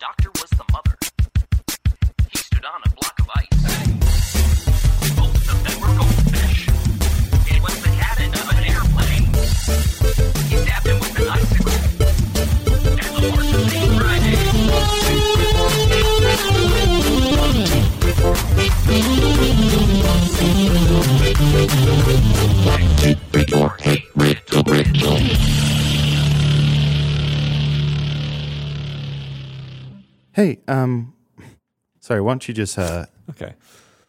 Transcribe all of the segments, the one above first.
doctor was the mother. He stood on a block of ice. Both of them were goldfish. It was the cabin of an airplane. He stabbed him with an icicle. And the horse was named Friday. Hey, um, sorry. Why don't you just uh, Okay.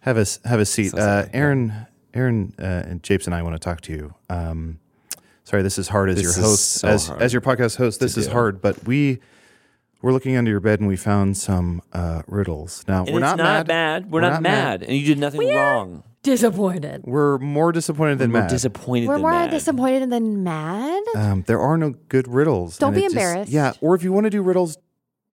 have a s- have a seat? Sounds Uh, like- Aaron, Aaron, uh, and Japes and I want to talk to you. Um, sorry, this is hard as This your is host, so as hard as your podcast host. This is do. hard, but we were looking under your bed and we found some uh, riddles. Now And we're it's not, mad. We're, not, mad. And you did nothing wrong. Disappointed. We're more disappointed than We're mad. disappointed We're than more mad. disappointed than mad. um, there are no good riddles. Don't and be it just- embarrassed. yeah, or if you want to do riddles,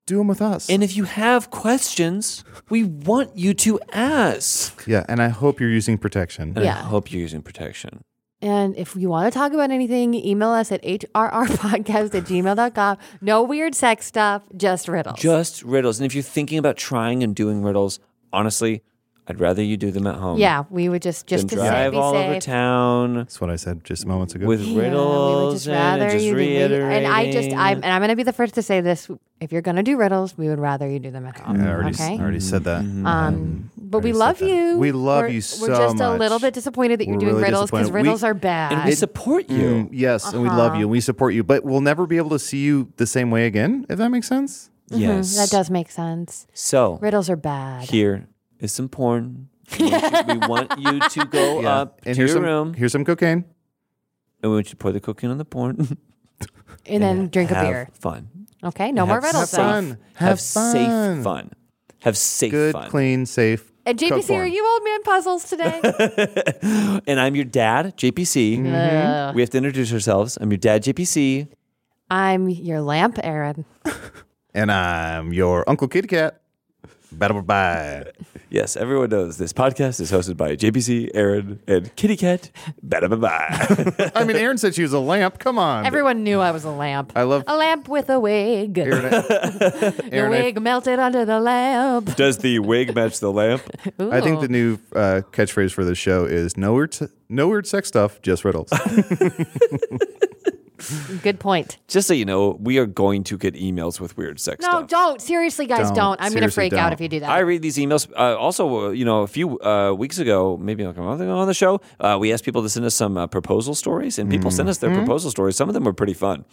do them with us. and if you have questions, we want you to ask. yeah, and I hope you're using protection. And I Yeah. hope you're using protection. And if you want to talk about anything, email us at hrrpodcast at gmail.com. No weird sex stuff, just riddles. Just riddles. And if you're thinking about trying and doing riddles, honestly, I'd rather you do them at home. yeah, we would just, Than just to say, drive be all safe. over town That's what I said just moments ago. with Yeah, we would riddles just and rather just you did- we- reiterating. and I just I'm and I'm gonna be the first to say this. If you're gonna do riddles, we would rather you do them at home. I already, okay. I already said that. Mm-hmm. um, but we already said love that. you. We love We're- you We're so just a much. little bit disappointed that you're We're doing really riddles because disappointed. We- riddles are Uh-huh. and we bad. support you. Mm, yes, and we love you and we support you, but we'll never be able to see you the same way again, if that makes sense. Yes. Mm-hmm, That does make sense. So Riddles are bad. here is some porn. we want you- we want you to go up to your here's some, room, Here's some cocaine. and we want you to pour the cocaine on the porn. and then drink a have beer. Fun. Okay, no more Have riddles. safe- though. fun. Have, Have safe fun. fun. Have safe Good, fun. clean, safe. And coke JPC, are form. you old man puzzles today? and I'm your dad, JPC. Mm-hmm. Mm-hmm. Ugh. We have to introduce ourselves. I'm your dad, JPC. I'm your lamp, Aaron. And I'm your Uncle Kitty Cat. Battle bye. Yes, everyone knows this podcast is hosted by JPC, Aaron, and Kitty Cat. Bada bye bye. I mean, Aaron said she was a lamp. Come on. Everyone knew I was a lamp. I love a lamp with a wig. Aaron. I, the Aaron, I- wig melted under the lamp. Does the wig match the lamp? I think Ooh. Oh. the new uh, catchphrase for this show is no weird, se- no weird sex stuff, just riddles. good point. Just so you know, we are going to get emails with weird sex No, stuff. don't. Seriously, guys, Don't. don't. I'm going to Seriously, freak out don't. if you do that. I read these emails. Uh, also, uh, you know, a few uh, weeks ago, maybe like a month ago on the show, uh, we asked people to send us some uh, proposal stories, and people sent us their proposal stories. Some of them were pretty fun.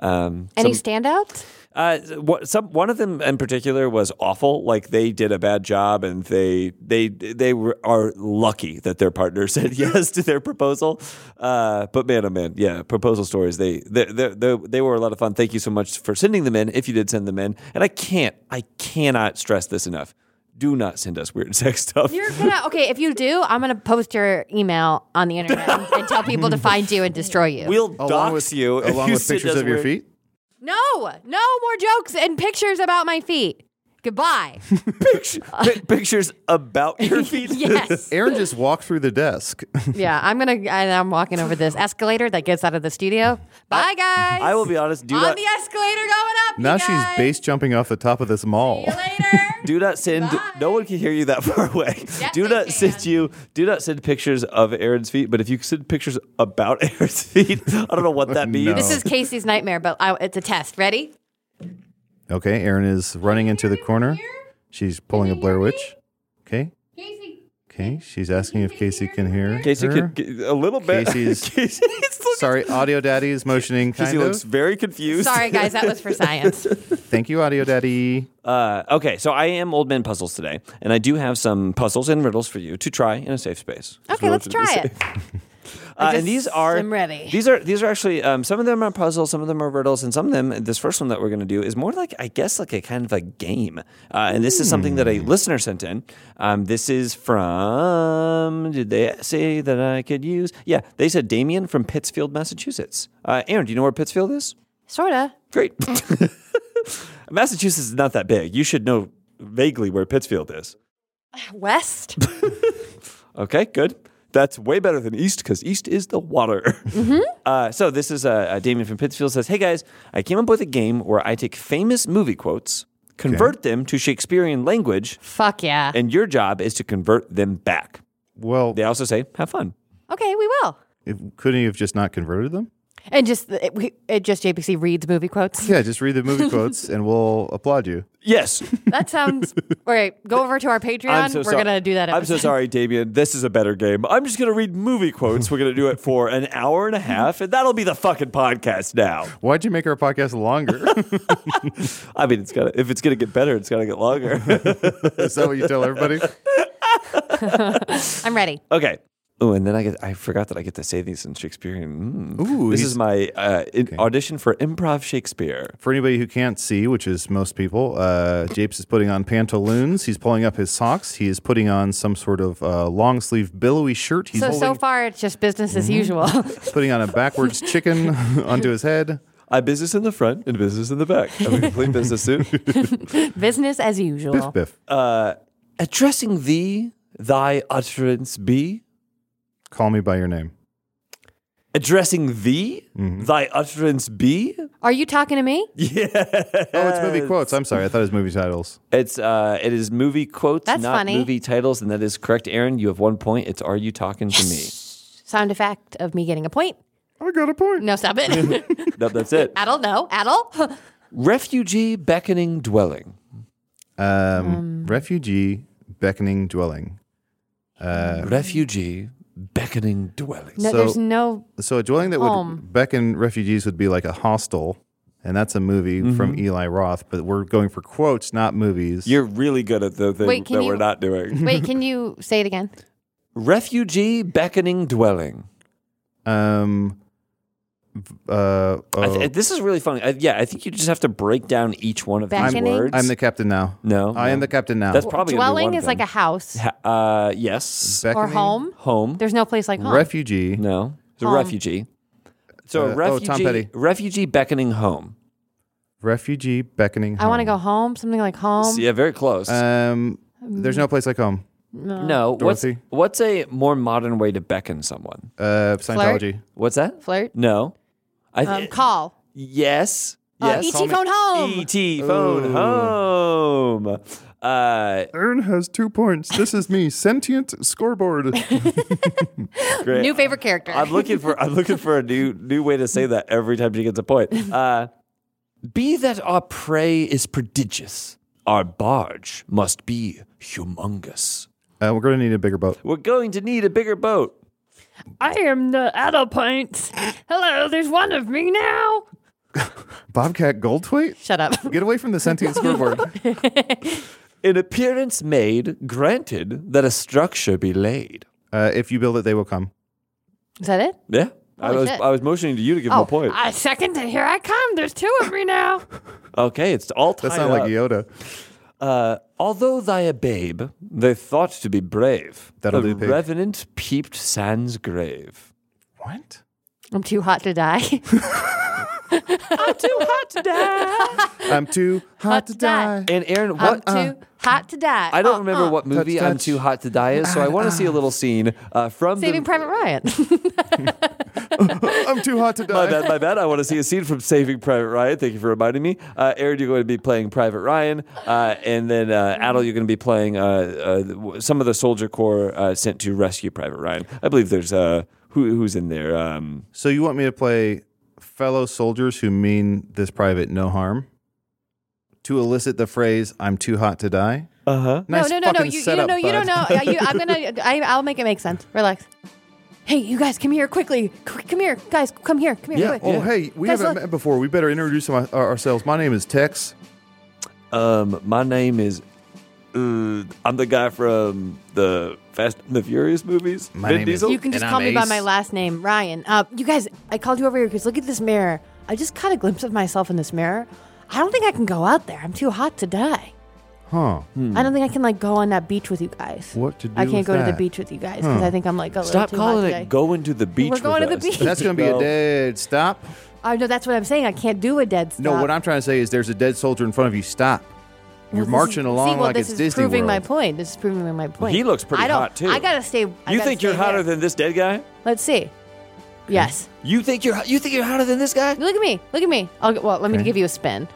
Um, Any some, standouts? uh, what, some, one of them in particular was awful. Like they did a bad job, and they they they were, are lucky that their partner said yes to their proposal. Uh, but man, oh man, yeah, proposal stories. They they, they they they were a lot of fun. Thank you so much for sending them in. If you did send them in, and I can't, I cannot stress this enough. Do not send us weird sex stuff. You're gonna okay. If you do, I'm gonna post your email on the internet and, and tell people to find you and destroy you. We'll dox you if along you with send pictures us of your weird- feet. no, no more jokes and pictures about my feet. Goodbye. Pi- pictures about your feet. yes. Aaron just walked through the desk. Yeah, I'm gonna. And I'm walking over this escalator that gets out of the studio. Bye, guys. I will be honest. Do on not the escalator going up. now you she's guys. base jumping off the top of this mall. See you later. Do not send. No one can hear you that far away. do they not can. send you. Do not send pictures of Aaron's feet. But if you send pictures about Aaron's feet, I don't know what that means. This is Casey's nightmare, but I, it's a test. Ready? Okay, Erin is running into the corner. She's pulling a Blair Witch. Okay. Okay, she's asking if Casey can hear. Casey her. could g- a little bit. Casey's- Casey's looking- Sorry, Audio Daddy is motioning. Casey kind of. looks very confused. Sorry, guys, that was for science. Thank you, Audio Daddy. Uh, okay, so I am old man puzzles today, and I do have some puzzles and riddles for you to try in a safe space. Okay, let's try it. Uh, just and these are am ready. These are these are actually um, some of them are puzzles, some of them are riddles, and some of them. This first one that we're going to do is more like I guess like a kind of a game. Uh, and this is something that Hmm. a listener sent in. Um, this is from. Did they say that I could use? Yeah, they said Damien from Pittsfield, Massachusetts. Uh, Aaron, do you know where Pittsfield is? Sorta. Great. Massachusetts is not that big. You should know vaguely where Pittsfield is. West. Okay, good. That's way better than East because East is the water. Mm-hmm. Uh, so this is uh, uh, Damien from Pittsfield says, "Hey guys, I came up with a game where I take famous movie quotes, convert them to Shakespearean language, Fuck yeah. and your job is to convert them back." Well, They also say, "Have fun." Okay, we will. if, couldn't you have just not converted them? And just it, we- it just JPC reads movie quotes. Yeah, just read the movie quotes and we'll applaud you. Yes, That sounds. All right, go over to our Patreon. I'm so We're sorry. gonna do that. I'm so episode. sorry, Damien. This is a better game. I'm just gonna read movie quotes. We're gonna do it for an hour and a half, and that'll be the fucking podcast now. Why'd you make our podcast longer? I mean, it's gotta if it's gonna get better, it's gotta get longer. Is that what you tell everybody? I'm ready. Okay. Oh, and then I get—I forgot that I get to say these in Shakespearean. Mm. Ooh, this he's- is my uh, in- audition for improv Shakespeare. For anybody who can't see, which is most people, uh, Japes is putting on pantaloons. He's pulling up his socks. He is putting on some sort of uh, long sleeve billowy shirt. He's So holding, so far it's just business as Mm-hmm. usual. putting on a backwards chicken onto his head. I business in the front and business in the back. I'm a complete business suit. business as usual. Biff, biff. Addressing thee, thy utterance be. Call me by your name. Addressing thee, Mm-hmm. thy utterance be. Are you talking to me? Oh, it's movie quotes. I'm sorry. I thought it was movie titles. It's uh, it is movie quotes, That's not funny. movie titles, and that is correct, Aaron. You have one point. It's are you talking to me? Sound effect of me getting a point. I got a point. No, stop it. Nope, that's it. Adult, no. Adult. Refugee beckoning dwelling. Um, refugee beckoning dwelling. Um, Refugee beckoning dwelling. No, So- there's no. So a dwelling that would Home. beckon refugees would be like a hostel, and that's a movie Mm-hmm. from Eli Roth. But we're going for quotes, not movies. You're really good at the thing Wait, can that you- we're not doing. Wait, can you say it again? Refugee beckoning dwelling. um, v- uh, I oh, th- this is really funny. I, yeah, I think you just have to break down each one of these Beckoning? words. I'm the captain now. No, I am no. the captain now. That's probably gonna be Dwelling one of is like a them. house Ha- uh, yes. or Beckoning home. Home. There's no place like home. refugee. No, it's a Home. refugee. So Uh, a oh, refugee, Tom Petty. refugee beckoning home. Refugee beckoning. I want to go home. home. Something like home. So, yeah, very close. Um, there's no place like home. no, what's Dorothy. what's a more modern way to beckon someone? Uh, Scientology. What's that? Flirt. No, I Um, th- call. yes. Uh, Yes. E.T. phone home. ET phone home. Uh, Aaron has two points. This is me, sentient scoreboard. great. New favorite character. I'm looking for I'm looking for a new new way to say that every time she gets a point. Uh, be that our prey is prodigious, our barge must be humongous. Uh, we're going to need a bigger boat. We're going to need a bigger boat. I am the Adult Points. Hello, there's one of me now. Bobcat Goldthwait. Shut up. Get away from the sentient scoreboard. In appearance made, granted that a structure be laid. Uh, if you build it, they will come. Is that it? Yeah. I Holy was shit. Oh, I was motioning to you to give him a point. I second it. Here I come. There's two of me now. okay, it's all tied That sounds up. like Yoda. Uh, although thy a babe, they thought to be brave. That'll the do, pig. revenant peeped Sans grave. What? I'm too hot to die. I'm too hot to die. And Aaron, I'm what uh, too hot to die. I don't Uh, remember what movie Touch, I'm touch. Too Hot to Die is, so I want to see a little scene uh, from Saving the, Private Ryan. I'm too hot to My die. bad, my bad. I want to see a scene from Saving Private Ryan. Thank you for reminding me. Uh, Aaron, you're going to be playing Private Ryan, uh, and then uh, Mm-hmm. Adel, you're going to be playing uh, uh, w- some of the Soldier Corps uh, sent to rescue Private Ryan. I believe there's uh, who, who's in there. Um, So you want me to play fellow soldiers who mean this private no harm? To elicit the phrase "I'm too hot to die." Uh Uh-huh. huh. Nice no, no, no, no. fucking You, you don't setup, know. You don't know. bud. Uh, you, I'm gonna. I, I'll make it make sense. Relax. Hey, you guys, come here quickly. Qu- Come here, guys. Come here. Come here. Yeah. quick. Oh, hey, we Guys, haven't look. met before. We uh, better introduce our- ourselves. My name is Tex. um, my name is uh, I'm the guy from the Fast and the Furious movies. My Vin name is- Diesel. You can just And call I'm me by Ace. my last name, Ryan. Uh, you guys, I called you over here because look at this mirror. I just caught a glimpse of myself in this mirror. I don't think I can go out there. I'm too hot to die. Huh. Hmm. I don't think I can like go on that beach with you guys. What to do I can't with go to the that? beach with you guys because I think I'm like a Stop little too calling hot it today. going to the beach. We're going with to the us. beach. That's going to be No. a dead stop. Oh no, that's what I'm saying. I can't do a dead stop. No, what I'm trying to say is there's a dead soldier in front of you. Stop. Well, You're this marching is, along see, well, like this it's is Disney proving my World. point. This is proving my point. He looks pretty I don't- hot, too. I gotta stay. I You gotta think you're stay hotter here. than this dead guy? Let's see. Yes. You think you're you think you're hotter than this guy? Look at me. Look at me. I'll, well, let me Okay. give you a spin.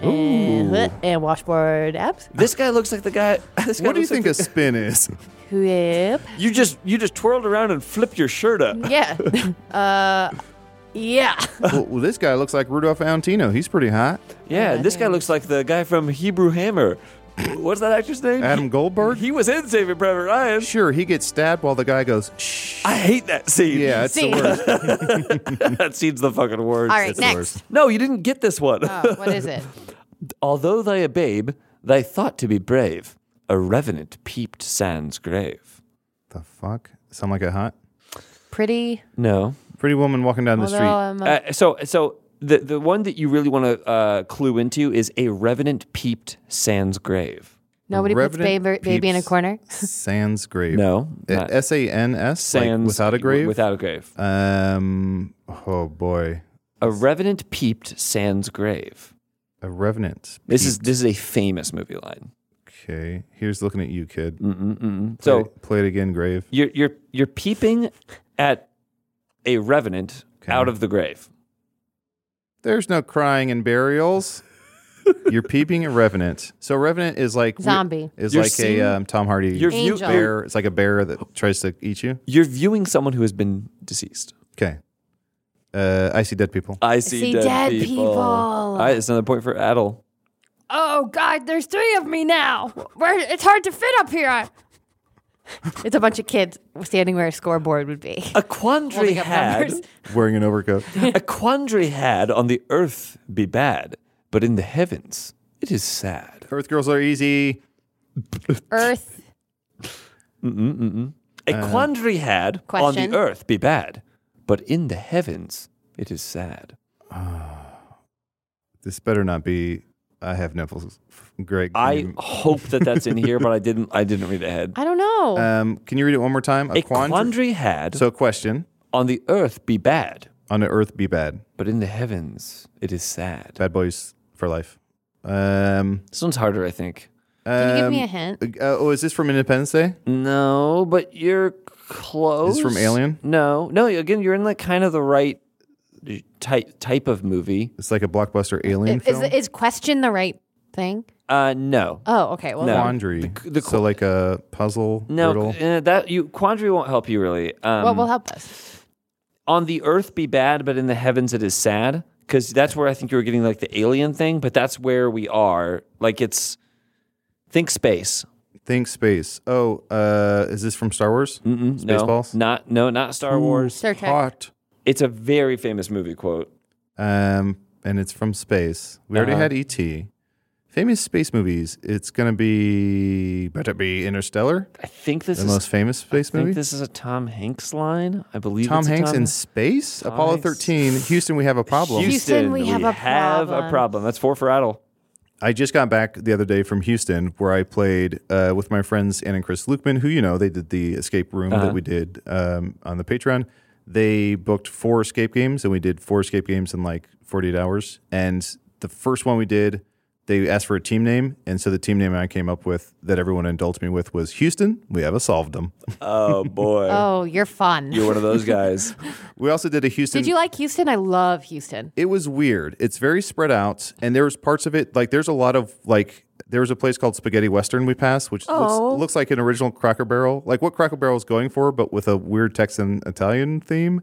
And, and washboard abs. This guy looks like the guy. This guy What do you looks like think a spin is? Whip. the- you just you just twirled around and flipped your shirt up. Yeah. uh, yeah. well, well, this guy looks like Rudolph Valentino. He's pretty hot. Yeah, and this guy looks like the guy from Hebrew Hammer. What's that actor's name? Adam Goldberg? He was in Saving Private Ryan. Sure, he gets stabbed while the guy goes, shh. I hate that scene. Yeah, it's the See. worst. that scene's the fucking worst. All right, the next. worst. No, you didn't get this one. Oh, what is it? Although thy a babe, thy thought to be brave. A revenant peeped sans grave. The fuck? Sound like a hot? Pretty. No. Pretty woman walking down the although street. I'm a- Uh, so so the the one that you really want to uh, clue into is a revenant peeped sans grave. nobody puts Revenant baby, baby in a peeps corner. Sans grave. Uh, No, not- S A N S? Like Sans without a grave? Without a grave. Um. Oh, boy. A revenant peeped sans grave. A revenant. This is this is a famous movie line. Okay. Here's looking at you, kid. Mm-mm-mm. Play So it- play it again, grave. you're you're you're peeping at a revenant Okay. out of the grave. There's no crying in burials. You're peeping a revenant. So revenant is like Zombie. Is You're like seeing- a um, Tom Hardy You're view- Angel. bear. It's like a bear that tries to eat you. You're viewing someone who has been deceased. Okay. Uh, I see dead people. I see, see dead people. All right, it's another point for Adel. Oh God, there's three of me now. Where it's hard to fit up here. I, It's a bunch of kids standing where a scoreboard would be. A quandary Holding up had, numbers. Wearing an overcoat. a quandary had on the earth be bad, but in the heavens it is sad. Earth girls are easy. Earth. A quandary had on Question? the earth be bad, but in the heavens it is sad. This better not be. I have nipples. Greg. can I you- hope that that's in here, but I didn't. I didn't read ahead. I don't know. um, can you read it one more time? A quandary had So question on the earth be bad, on the earth be bad. but in the heavens it is sad. Bad boys for life. Um, This one's harder, I think. Can you give um, me a hint? Uh, oh, is this from Independence Day? No, but you're Is close. this from Alien? No, no. Again, you're in like kind of the right type type of movie. It's like a blockbuster alien Is, film. is question the right thing? Uh, no, Oh, okay. Well, No. then. quandary. The- the so like a puzzle no. riddle. Uh, that you quandary won't help you really. Um, what will help us? on the earth be bad, but in the heavens it is sad. Because that's where I think you were getting like the alien thing, but that's where we are. Like it's think space. Think space. Oh, uh, is this from Star Wars? Mm-mm, Spaceballs. Mm, Hmm. No, not no, not Star Wars. Star Trek. Hot. It's a very famous movie quote. Um, and it's from space. We already Uh-huh. had E.T. Famous space movies. It's gonna be better be Interstellar, I think this the is most famous space I movie. think this is a Tom Hanks line. I believe Tom it's a Hanks Tom in space. Tom Apollo Hanks. 13. Houston, we have a problem. Houston, we have a problem. That's four for Adel. I just got back the other day from Houston where I played uh, with my friends Ann and Chris Lukeman, who you know they did the escape room that we did um, on the Patreon. They booked four escape games and we did four escape games in like 48 hours. And the first one we did, they asked for a team name, and so the team name I came up with that everyone indulged me with was Houston. We have a solved them. Oh boy, Um, Oh, you're fun. you're one of those guys. We also did a Houston. Did you like Houston? I love Houston. it was weird. It's very spread out, and there was parts of it like there's a lot of like there was a place called Spaghetti Western we passed, which looks, looks like an original Cracker Barrel, like what Cracker Barrel is going for, but with a weird Texan Italian theme.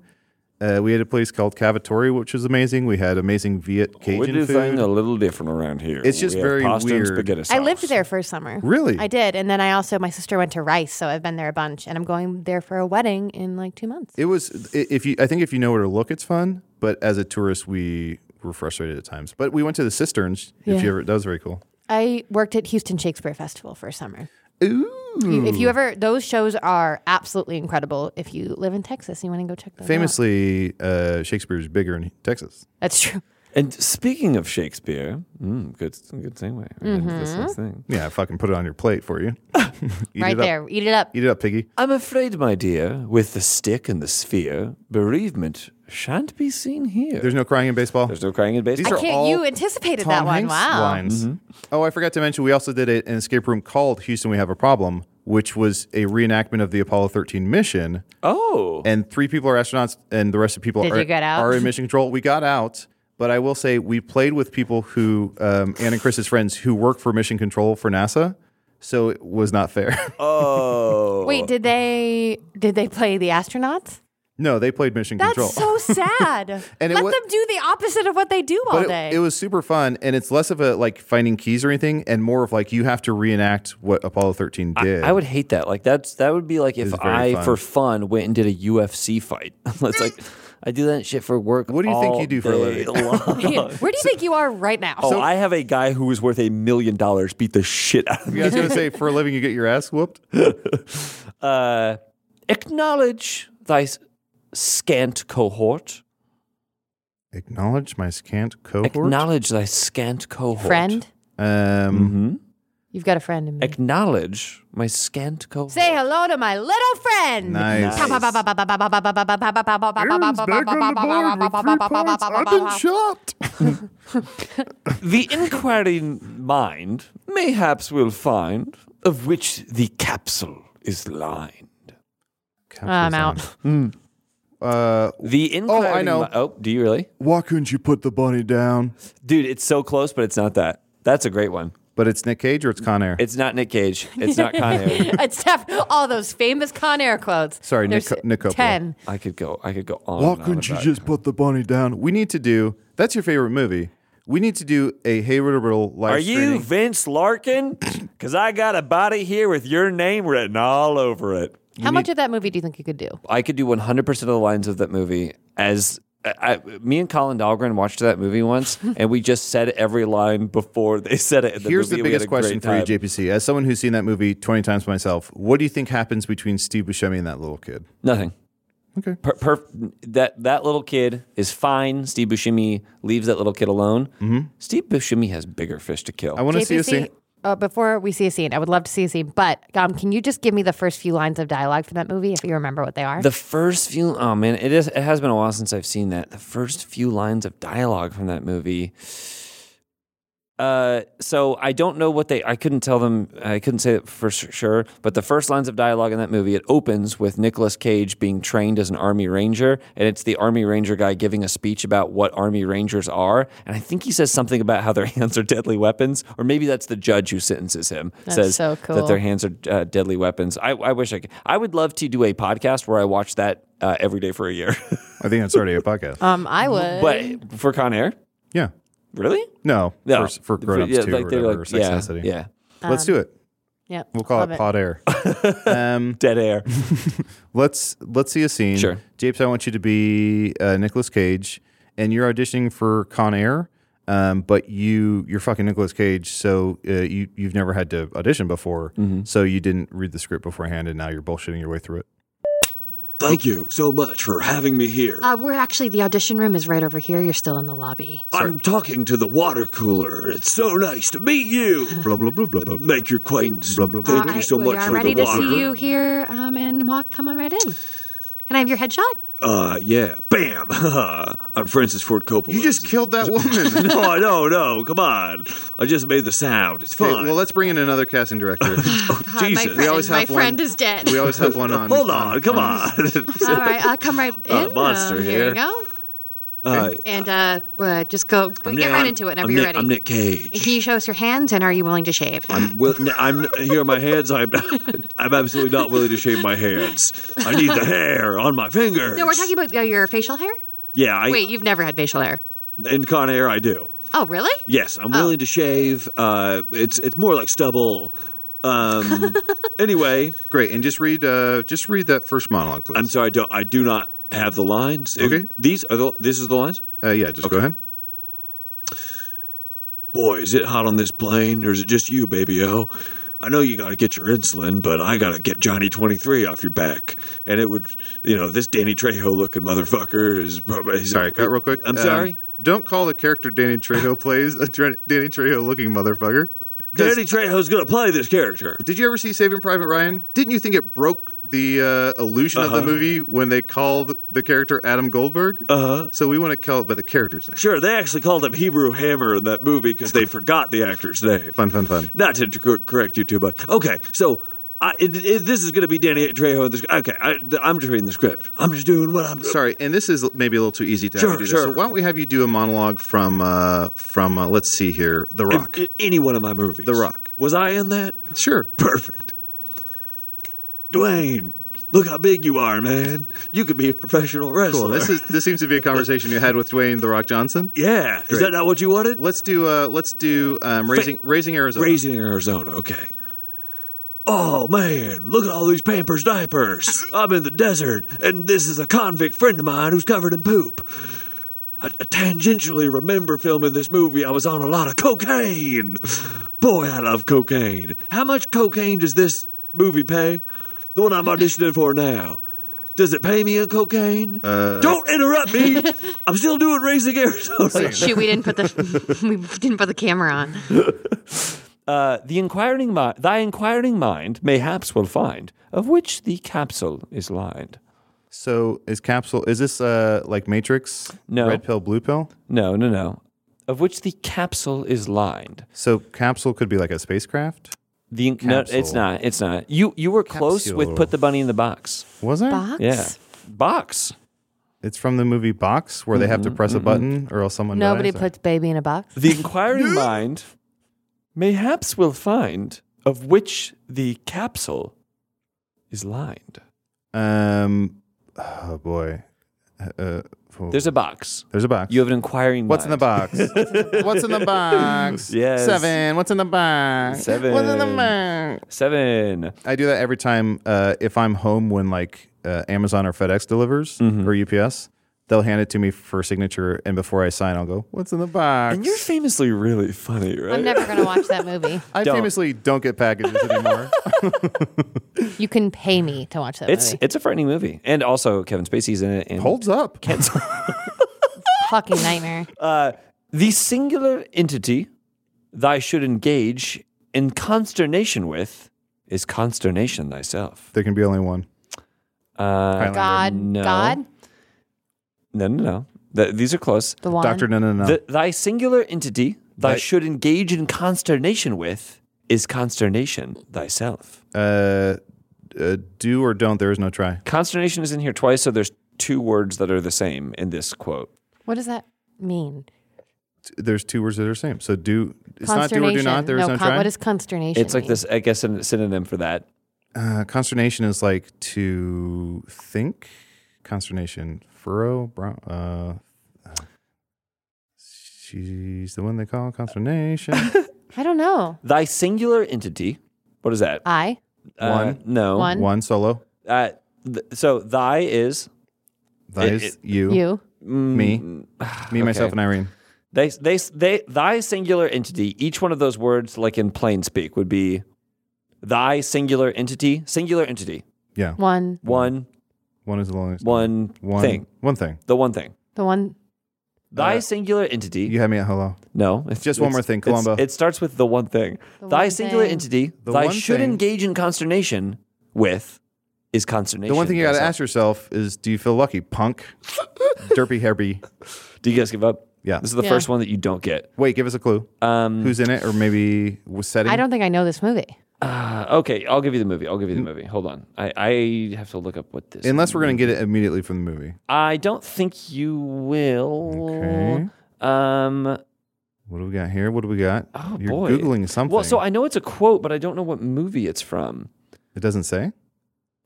Uh, we had a place called Cavatori, which was amazing. We had amazing Viet we Cajun do things a food. little different around here. It's just We have very pasta and weird. spaghetti I sauce. lived there for a summer. Really? I did. And then I also, my sister went to Rice, so I've been there a bunch. And I'm going there for a wedding in like two months. It was i- if you I think if you know where to look, it's fun. But as a tourist, we were frustrated at times. But we went to the cisterns. If you ever, that was very cool. I worked at Houston Shakespeare Festival for a summer. Ooh. You- if you ever, those shows are absolutely incredible. If you live in Texas, and you want to go check them out. Famously, uh, Shakespeare's bigger in Texas. That's true. And speaking of Shakespeare, mm, good good segue into this Mm-hmm. next thing. Yeah, fucking put it on your plate for you. Eat right it up. there. Eat it up. Eat it up, piggy. I'm afraid, my dear, with the stick and the sphere, bereavement shan't be seen here. There's no crying in baseball. There's no crying in These baseball. are can't- all you anticipated Tom that one. Hanks Wow. Lines. Mm-hmm. Oh, I forgot to mention we also did a, an escape room called Houston We Have a Problem, which was a reenactment of the Apollo 13 mission. oh, And three people are astronauts, and the rest of the people Did are, you get out? are in mission control. We got out, but I will say we played with people who, um, Anne and Chris's friends, who work for mission control for NASA. So it was not fair. oh, Wait, did they did they play the astronauts? no, they played mission That's control. so sad. And it Let wa- them do the opposite of what they do all but day. it, it was super fun, and it's less of a like finding keys or anything, and more of like you have to reenact what Apollo 13 did. I would hate that. Like that's that would be like if is very I fun. for fun went and did a UFC fight. it's like I do that shit for work. What do you think you do for a living? living? Where do you think you are right now? Oh, I have a guy who is worth a million dollars beat the shit out of me. Yeah, I was gonna say, for a living, you get your ass whooped. Uh, acknowledge thy s- scant cohort. Acknowledge my scant cohort. Acknowledge thy scant cohort. friend, um, Mm-hmm. you've got a friend in me. Acknowledge my scant cohort. Say hello to my little friend. Nice. chopped. The inquiring mind mayhaps will find of which the capsule is lined. Couch I'm is on. out. Mm. Uh, The inquiring I know. mi- oh, do you really? why couldn't you put the bunny down? Dude, it's so close, but it's not that. That's a great one. But it's Nick Cage or it's Con Air. It's not Nick Cage. It's not Con Air. It's tough. All those famous Con Air quotes. Sorry, Nic- There's Nick Coppola. Ten. I could go. I could go on. why and on couldn't you about it. just put the bunny down? We need to do. That's your favorite movie. We need to do a Hey Riddle live Are you streaming. Vince Larkin? Because I got a body here with your name written all over it. How much of that movie do you think you could do? I could do 100% of the lines of that movie as I, I- me and Colin Dahlgren watched that movie once and we just said every line before they said it. In the Here's movie, the and we had biggest a great question for you, time. JPC. As someone who's seen that movie 20 times myself, what do you think happens between Steve Buscemi and that little kid? Nothing. Okay. Per, per, that that little kid is fine. Steve Buscemi leaves that little kid alone. Steve Buscemi has bigger fish to kill. Mm-hmm. I want to see a scene. Uh, before we see a scene, I would love to see a scene, but um, can you just give me the first few lines of dialogue from that movie if you remember what they are? the first few oh man, it is it has been a while since I've seen that. The first few lines of dialogue from that movie. Uh, so I don't know what they. I couldn't tell them. I couldn't say it for s- sure. But the first lines of dialogue in that movie, it opens with Nicolas Cage being trained as an Army Ranger, and it's the Army Ranger guy giving a speech about what Army Rangers are, and I think he says something about how their hands are deadly weapons, or maybe that's the judge who sentences him. That's says so that cool. their hands are uh, deadly weapons. I, I wish I could. I would love to do a podcast where I watch that uh, every day for a year, I think that's already a podcast. um, I would. but for Con Air, yeah. really? No. No, For, for grown ups yeah, too like, or they're whatever. like, Sex yeah, and the City. yeah, Let's do it. yep, We'll call love it pod air. um, dead air. let's let's see a scene. Sure. Japes, I want you to be uh, Nicolas Cage, and you're auditioning for Con Air, um, but you you're fucking Nicolas Cage, so uh, you you've never had to audition before, Mm-hmm. so you didn't read the script beforehand, and now you're bullshitting your way through it. Thank you so much for having me here. Uh, we're actually, the audition room is right over here. You're still in the lobby. I'm talking to the water cooler. It's so nice to meet you. blah, blah, blah, blah, blah. Make your acquaintance. Blah, blah, Thank Uh, you so we much are for ready the to water. see you here um, and walk. Come on right in. Can I have your headshot? Uh, yeah. Bam. I'm Francis Ford Coppola. You just killed that woman. no, I don't. No, come on. I just made the sound. It's fine. well, let's bring in another casting director. God, Jesus. My We friend, always my have one- friend is dead. we always have one on. Hold on. Come on. All right, uh, come right in. A monster Um, here. you go. uh, And uh, uh, just go, go I'm get Nick- right I'm- into it whenever I'm you're Nick- ready. I'm Nick Cage. And can you show us your hands and are you willing to shave? I'm will, I'm here. Are my hands. I'm. I'm absolutely not willing to shave my hands. I need the hair on my fingers. no, we're talking about uh, your facial hair? Yeah. I, Wait, you've never had facial hair. in Con Air, I do. Oh, really? Yes, I'm willing to shave. Uh, it's it's more like stubble. Um, anyway, Great, and just read uh, just read that first monologue, please. I'm sorry. I Don't, I do not have the lines. Okay. These are the. This is the lines. Uh, yeah, just go ahead. Boy, is it hot on this plane, or is it just you, baby O? I know you got to get your insulin, but I got to get Johnny 23 off your back. And it would, you know, this Danny Trejo looking motherfucker is probably. He's Sorry, cut real quick. I'm Um, sorry? Don't call the character Danny Trejo plays a Dre- Danny Trejo looking motherfucker. 'Cause Danny Trejo's going to play this character. Did you ever see Saving Private Ryan? Didn't you think it broke the uh, illusion of Uh-huh. the movie when they called the character Adam Goldberg? Uh huh. So we want to call it by the character's name. Sure, they actually called him Hebrew Hammer in that movie because they forgot the actor's name. Fun, fun, fun. Not to cor- correct you too much. Okay, so I, it, it, this is going to be Danny Trejo. in This okay, I, I'm just reading the script. I'm just doing what I'm. Sorry, and this is maybe a little too easy to have Sure, you do sure. this. So why don't we have you do a monologue from uh, from uh, let's see here, The Rock. In, in any one of my movies. The Rock. Was I in that? Sure. Perfect. Dwayne, look how big you are, man. You could be a professional wrestler. Cool. This is this seems to be a conversation you had with Dwayne The Rock Johnson. yeah. Is Great. that not what you wanted? Let's do uh, let's do um, raising raising Arizona. Raising Arizona. Okay. Oh man, look at all these Pampers diapers. I'm in the desert, and this is a convict friend of mine who's covered in poop. I, I tangentially remember filming this movie. I was on a lot of cocaine. Boy, I love cocaine. How much cocaine does this movie pay? The one I'm auditioning for now. Does it pay me in cocaine? Don't interrupt me. I'm still doing Raising Arizona. Wait, shoot, we didn't put the we didn't put the camera on. Uh, the inquiring mi- thy inquiring mind mayhaps will find of which the capsule is lined. So is capsule is this uh, like Matrix? No. Red pill, blue pill. No, no, no. Of which the capsule is lined. So capsule could be like a spacecraft. The in- no, it's Capsule. not. It's not. You you were close with Capsule. put the bunny in the box. Was it? Box? Yeah, box. It's from the movie Box where they have to press a button or else someone Nobody dies. puts baby in a box. The inquiring mind mayhaps will find of which the capsule is lined. Um. Oh boy. Uh, oh. There's a box. there's a box. You have an inquiring What's in the box? mind. What's in the box? Yes. Seven. What's in the box? Seven. What's in the box? Seven. I do that every time uh, if I'm home when like uh, Amazon or FedEx delivers Mm-hmm. or UPS. They'll hand it to me for signature, and before I sign, I'll go, "What's in the box?" And you're famously really funny, right? I'm never gonna watch that movie. I Don't. famously don't get packages anymore. You can pay me to watch that It's movie. it's a frightening movie, and also Kevin Spacey's in it. And Holds up. Fucking nightmare. the singular entity thy should engage in consternation with is consternation thyself. There can be only one. Uh, Highlander. God. no. God. no, no, no. Th- these are close. The one. Doctor, no, no, no. Th- thy singular entity thy Thy- should engage in consternation with is consternation thyself. uh, uh, do or don't. There is no try. Consternation is in here twice, so there's two words that are the same in this quote. What does that mean? There's two words that are the same. So do. It's not do or do not. There is no, con- try. What is consternation? It's like mean? this, I guess, a synonym for that. Uh, consternation is like to think. Consternation. Furrow. Brow, uh, she's the one they call consternation. I don't know. Thy singular entity. What is that? I. Uh, One. no. One. one solo. Uh, th- so thy is That It- is it- Mm. you, You. me, me, myself, okay. and Irene. They, they, they, thy singular entity. Each one of those words, like in plain speak, would be thy singular entity. Singular entity. Yeah. One. One, One is the longest. one, One thing. One thing. The one thing. The one. Thy singular entity. You had me at hello. No, it's Just one it's- more thing, it's- Columbo. It starts with the one thing. thy one singular thing. entity. The thy one should thing. engage in consternation with is consternation. The one thing you got to That's ask yourself is, do you feel lucky, punk? Derpy Herbie. all. Do you guys give up? Yeah. This is the Yeah. first one that you don't get. Wait, give us a clue. Um, Who's in it, or maybe was setting? I don't think I know this movie. uh, Okay, I'll give you the movie. I'll give you the movie. Hold on. I, I have to look up what this Hmm. Unless we're gonna get it immediately from the movie. I don't think you will. Okay. Um What do we got here? What do we got? oh You're boy. googling something. Well, so I know it's a quote, but I don't know what movie it's from. it doesn't say.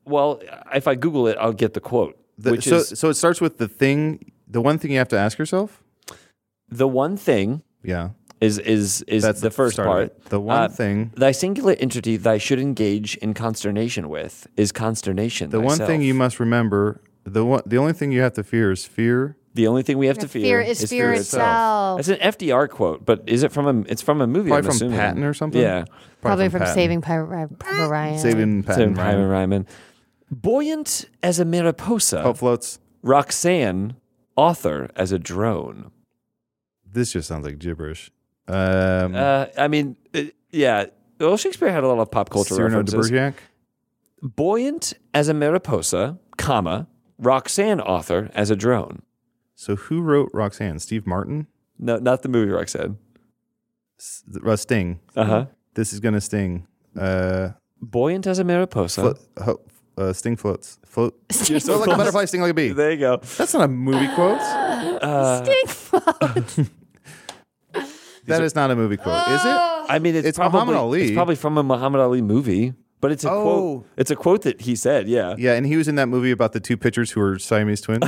Well, if I Google it, I'll get the quote. The- which so, is so it starts with the thing. The one thing you have to ask yourself. the one thing Yeah, is is is That's the the first start of part. it. The one Uh, thing- Thy singular entity thy should engage in consternation with is consternation. the one thing thyself. you must remember. The one, the only thing you have to fear is fear. The only thing we have to fear, fear is fear itself. That's an FDR quote, but is it from a? It's from a movie. Probably I'm from assuming. Patton or something? Yeah, Probably, from, Patton. Saving Private Pri- Ryan. Saving Patton Saving Private Ryan. Ryan. Buoyant as a mariposa, Hope floats. Roxanne, author as a drone. This just sounds like gibberish. Um, Uh, I mean, uh, yeah. Well, Shakespeare had a lot of pop culture Cyrano de references. Bergerac. Buoyant as a mariposa, comma Roxanne, author as a drone. So who wrote Roxanne? Steve Martin? No, not the movie Roxanne. S- uh, Sting. Uh huh. This is gonna sting. Uh, Buoyant as a mariposa. flo- ho- uh, sting floats. Float. You're so like a floats. butterfly, sting like a bee. There you go. That's not a movie quote. Sting float. That is not a movie quote, is it? I mean, it's, It's probably Muhammad Ali. it's probably from a Muhammad Ali movie, but it's a Oh. quote. It's a quote that he said. Yeah, Yeah, and he was in that movie about the two pitchers who were Siamese twins,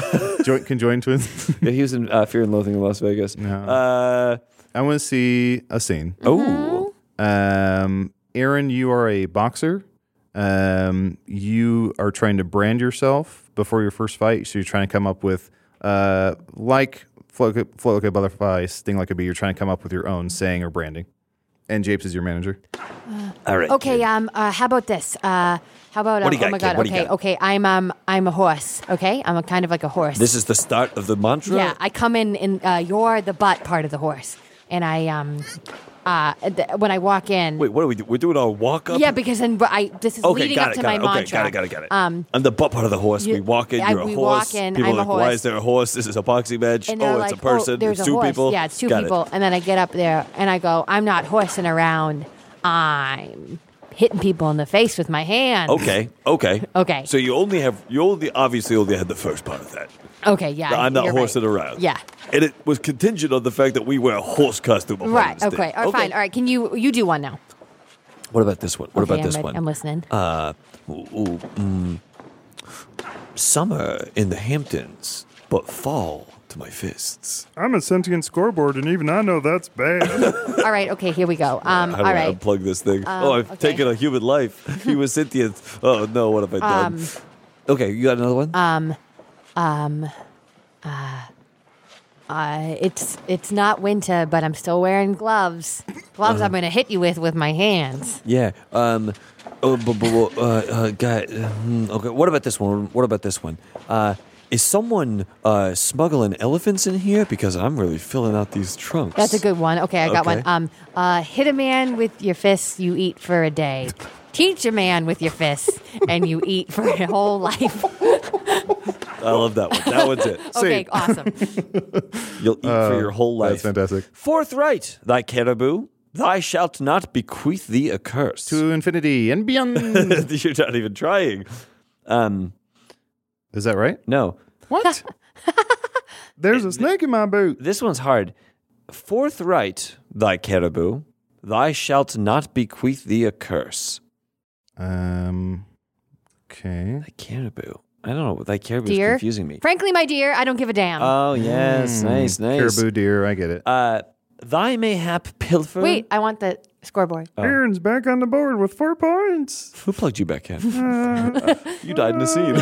joint conjoined twins. Yeah, he was in uh, Fear and Loathing in Las Vegas. Uh, I want to see a scene. oh, Um, Aaron, you are a boxer. Um, you are trying to brand yourself before your first fight, so you're trying to come up with uh, like float, like a- float like a butterfly, sting like a bee. You're trying to come up with your own saying or branding. And Japes is your manager. all right. Okay. Um. Uh, how about this? Uh. How about? Um, What do you oh got, my kid? god. What do you okay. got? Okay. I'm um. I'm a horse. Okay. I'm a kind of like a horse. This is the start of the mantra. Yeah. I come in in uh, you're the butt part of the horse, and I um. Uh. Th- when I walk in. Wait, what are we? Do? We're doing our walk up. Yeah, because then I this is Okay, leading got up it, to got my it. Okay, mantra. got it, got it, got it. Um, I'm the butt part of the horse. we You- walk in. I- You're a we walk horse. in, People I'm a are like, why horse." is there a horse? This is a boxing match. and oh, they're it's like, a person. Oh, there's it's a two horse. people. Yeah, it's two Got it. people. And then I get up there and I go, I'm not horsing around. I'm hitting people in the face with my hand. Okay, okay, Okay. So you only have you only obviously only had the first part of that. Okay. Yeah. I'm not Ah, you're horsing right. around. Yeah. And it was contingent on the fact that we wear a horse costume. upon Right. this Okay. day. All right. Fine. All right. Can you you do one now? What about this one? What okay, about I'm this ready. one? I'm listening. Uh, ooh, ooh, mm. summer in the Hamptons, but fall to my fists. I'm a sentient scoreboard, and even I know that's bad. all right. Okay. Here we go. Um. How All do I right. Um, unplug this thing? oh, I've okay. taken a human life. He was sentient. Oh no, what have I done? Um, okay, you got another one? Uh, it's it's not winter, but I'm still wearing gloves. Uh-huh. Gloves. I'm going to hit you with with my hands. yeah. Um, oh, bu- bu- bu- uh, uh, guy, uh, hmm, okay. What about this one? What about this one? Uh, is someone uh, smuggling elephants in here? Because I'm really filling out these trunks. That's a good one. Okay, I got Okay. one. Um, uh, hit a man with your fists, you eat for a day. Teach a man with your fists, and you eat for your whole life. I love that one. That one's it. Okay, awesome. You'll eat for your whole life. Oh, That's fantastic. Forthright, thy caribou, thy shalt not bequeath thee a curse. To infinity and beyond. You're not even trying. Um, is that right? no, what? There's a snake in my boot. this one's hard. Forthright, thy caribou, thy shalt not bequeath thee a curse. Um, okay. Thy caribou. I don't know. Thy caribou is Dear, confusing me. frankly, my dear, I don't give a damn. Oh yes, nice, nice. Mm, Caribou deer, I get it. Uh, thy mayhap pilfer. Wait, I want the scoreboard. Oh. Aaron's back on the board with four points. who plugged you back in? you died in the scene.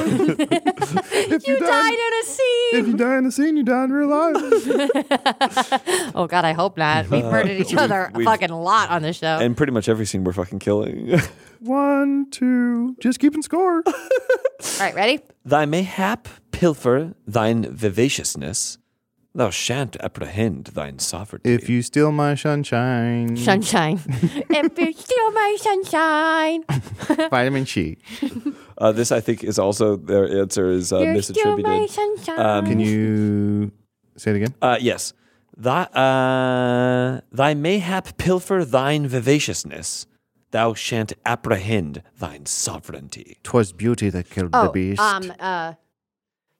If You died in a sea. If you die in the scene, you die in real life. Oh God, I hope not. We've murdered each other a we've- fucking lot on this show. and pretty much every scene we're fucking killing. One, two, just keeping score. All right, ready? Thy mayhap pilfer thine vivaciousness. Thou shan't apprehend thine sovereignty. If you steal my sunshine, Sunshine. if you steal my sunshine, vitamin C. uh, this, I think, is also their answer is uh, you're still my misattributed. sunshine. Can you say it again? Uh, yes. Thy, uh, thy mayhap pilfer thine vivaciousness. Thou shan't apprehend thine sovereignty. Twas beauty that killed oh, the beast. um, uh,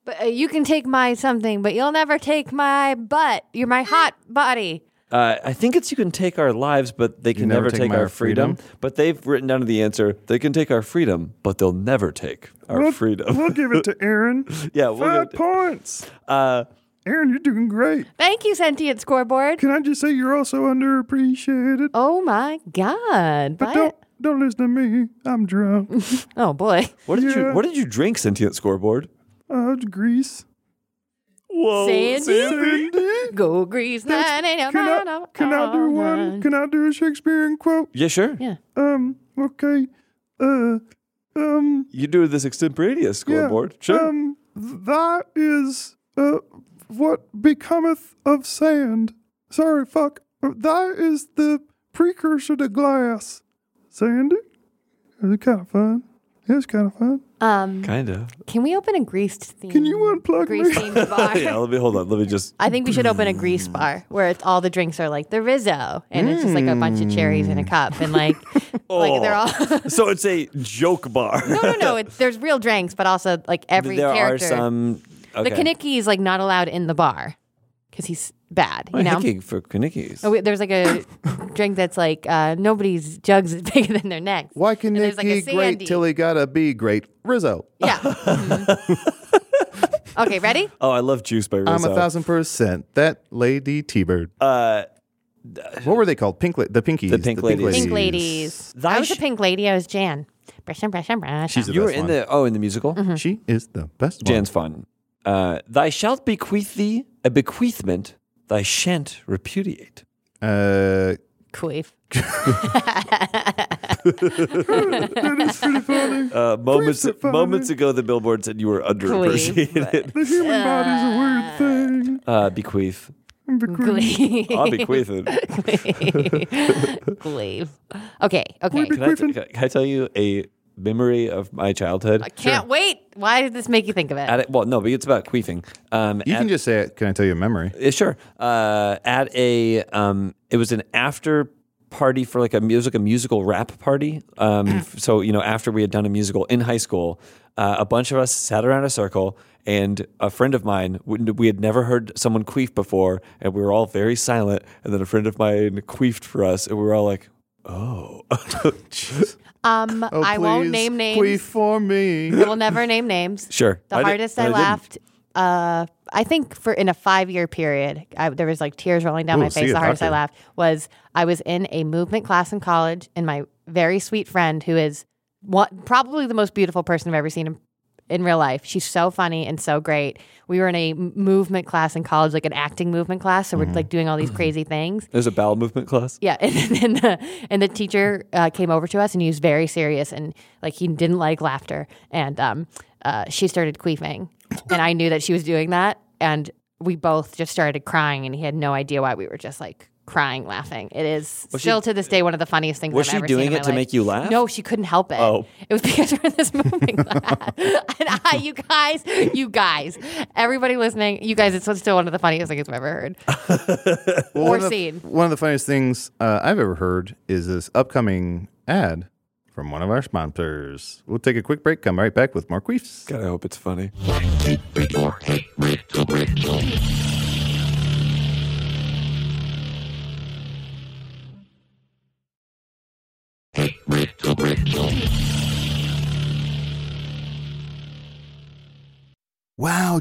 but uh, you can take my something, but you'll never take my butt. You're my hot body. Uh, I think it's you can take our lives, but they can never never take take my our freedom. But they've written down the answer. They can take our freedom, but they'll never take our We'll- freedom. We'll give it to Aaron. Yeah, we'll five give it to- points. Uh, Aaron, you're doing great. Thank you, sentient scoreboard. Can I just say you're also underappreciated? Oh my God. but don't What? don't listen to me. I'm drunk. Oh boy. What did you Yeah. What did you drink, sentient scoreboard? uh, it's grease. Whoa, Sandy? Go Grease. That's- Can I, can I do one? Can I do a Shakespearean quote? Yeah, sure. Yeah. Um, okay. Uh, um, You do this extemporaneous yeah. scoreboard. Sure. Um, that is uh, what becometh of sand. Sorry, fuck. Uh, That is the precursor to glass. Sandy? It was kind of fun. It was kind of fun. Um, kind of. can we open a greased theme? Can you unplug me? grease themed bar? yeah, let me hold on. Let me just. I think we should open a grease bar where it's all the drinks are like the Rizzo, and it's just like a bunch of cherries Hmm. in a cup, and like, like they're all. so it's a joke bar. no, no, no. It's, there's real drinks, but also like every there character. are some. Okay. The Kanicki is like not allowed in the bar because he's bad. Why you know. hicking for Kanikis. Oh, wait, there's like a drink that's like uh, nobody's jug's is bigger than their necks. Why can And Nick there's, like, a be great Sandy. till he gotta be great? Rizzo. Yeah. Mhm. okay, ready? Oh, I love Juice by Rizzo. I'm a thousand percent that lady T-bird. Uh, what were they called? Pink, la- the pinkies, The pink ladies. Pink ladies. I was a pink lady. I was Jan. Brush and brush and brush. She's the you were best in one. the oh in the musical. She is the best one. Jan's fun. Uh, thy shalt bequeath thee a bequeathment. Thy shan't repudiate. Uh, Queef. Uh, moments Crucify me. moments ago, the billboard said you were underappreciated. The human body's a weird thing. uh, bequeath. Glee. I'm bequeathed. Queef. Okay, okay. Can I, t- can I tell you a memory of my childhood? I can't wait. Why did this make you think of it? At it, well, no, but it's about queefing. Um, you at- can just say it. Can I tell you a memory? Yeah, sure. Uh, at a um, it was an after party for like a music a musical rap party. Um, Mm. f- so you know after we had done a musical in high school, uh, a bunch of us sat around a circle. And a friend of mine, we we had never heard someone queef before, and we were all very silent. And then a friend of mine queefed for us, and we were all like, "Oh, Um, Oh, I won't please, name names. Queef for me. I will never name names. sure." The I didn't- hardest I, didn't. laughed, uh, I think for in a five year period, I, there was like tears rolling down Ooh, my see face. ya, The hardest I doctor. laughed was I was in a movement class in college, and my very sweet friend, who is what, probably the most beautiful person I've ever seen in, in real life, she's so funny and so great. We were in a m- movement class in college, like an acting movement class, so we're like doing all these crazy things. There's a bowel movement class. Yeah, and then and the, and the teacher uh, came over to us, and he was very serious, and like he didn't like laughter, and um, uh, she started queefing, and I knew that she was doing that, and we both just started crying, and he had no idea why we were just like crying, laughing. It is Was she- still to this day one of the funniest things. Was I've she ever doing seen in it my to life. make you laugh? No, she couldn't help it. Oh. It was because we're in this moving class. and I, you guys, you guys, everybody listening, you guys, it's still one of the funniest things I've ever heard. Well, Or one of the- scene. One of the funniest things uh, I've ever heard is this upcoming ad from one of our sponsors. We'll take a quick break. Come right back with more queefs. God, I hope it's funny. Wow,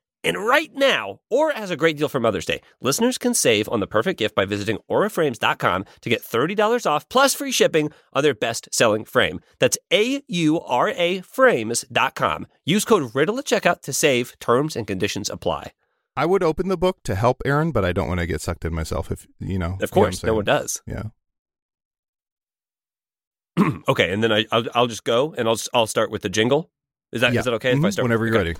And right now, Aura has a great deal for Mother's Day. Listeners can save on the perfect gift by visiting auraframes.com to get $30 off plus free shipping on their best-selling frame. That's A U R A frames.com. Use code RIDDLE at checkout to save. Terms and conditions apply. I would open the book to help Aaron, but I don't want to get sucked in myself. If you know, Of course, no one does. Yeah. Hmm, okay, and then I, I'll, I'll just go and I'll I'll start with the jingle. Is that is Yeah. that okay if I Mhm. start whenever you're okay. ready?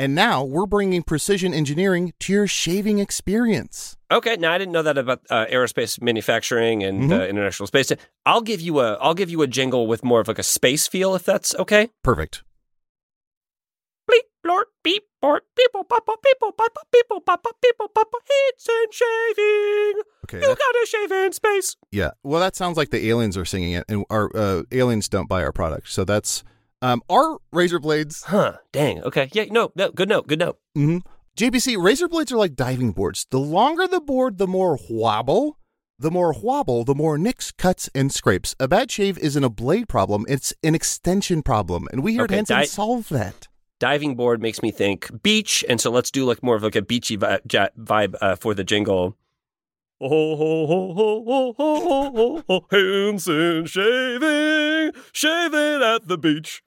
And now we're bringing precision engineering to your shaving experience. Okay, now I didn't know that about uh, aerospace manufacturing and Mm-hmm. uh, international space. Sta- I'll give you a I'll give you a jingle with more of like a space feel if that's okay. Perfect. Bleep, blort, beep, bort, people, papa, people, papa, people, papa, people, papa, heats and shaving. Okay. You that- gotta shave in space. Yeah. Well, that sounds like the aliens are singing it, and our uh, aliens don't buy our product. So that's um, our razor blades. Huh. Dang. Okay. Yeah. No. No. Good note. Good note. hmm JPC razor blades are like diving boards. The longer the board, the more wobble. The more wobble, the more nicks, cuts, and scrapes. A bad shave isn't a blade problem; it's an extension problem, and we here Okay, at Henson di- solve that. Diving board makes me think beach, and so let's do like more of like a beachy vi- ja- vibe uh, for the jingle. Oh, oh, oh, oh, oh, oh, oh, oh, oh, Henson shaving, shaving at the beach.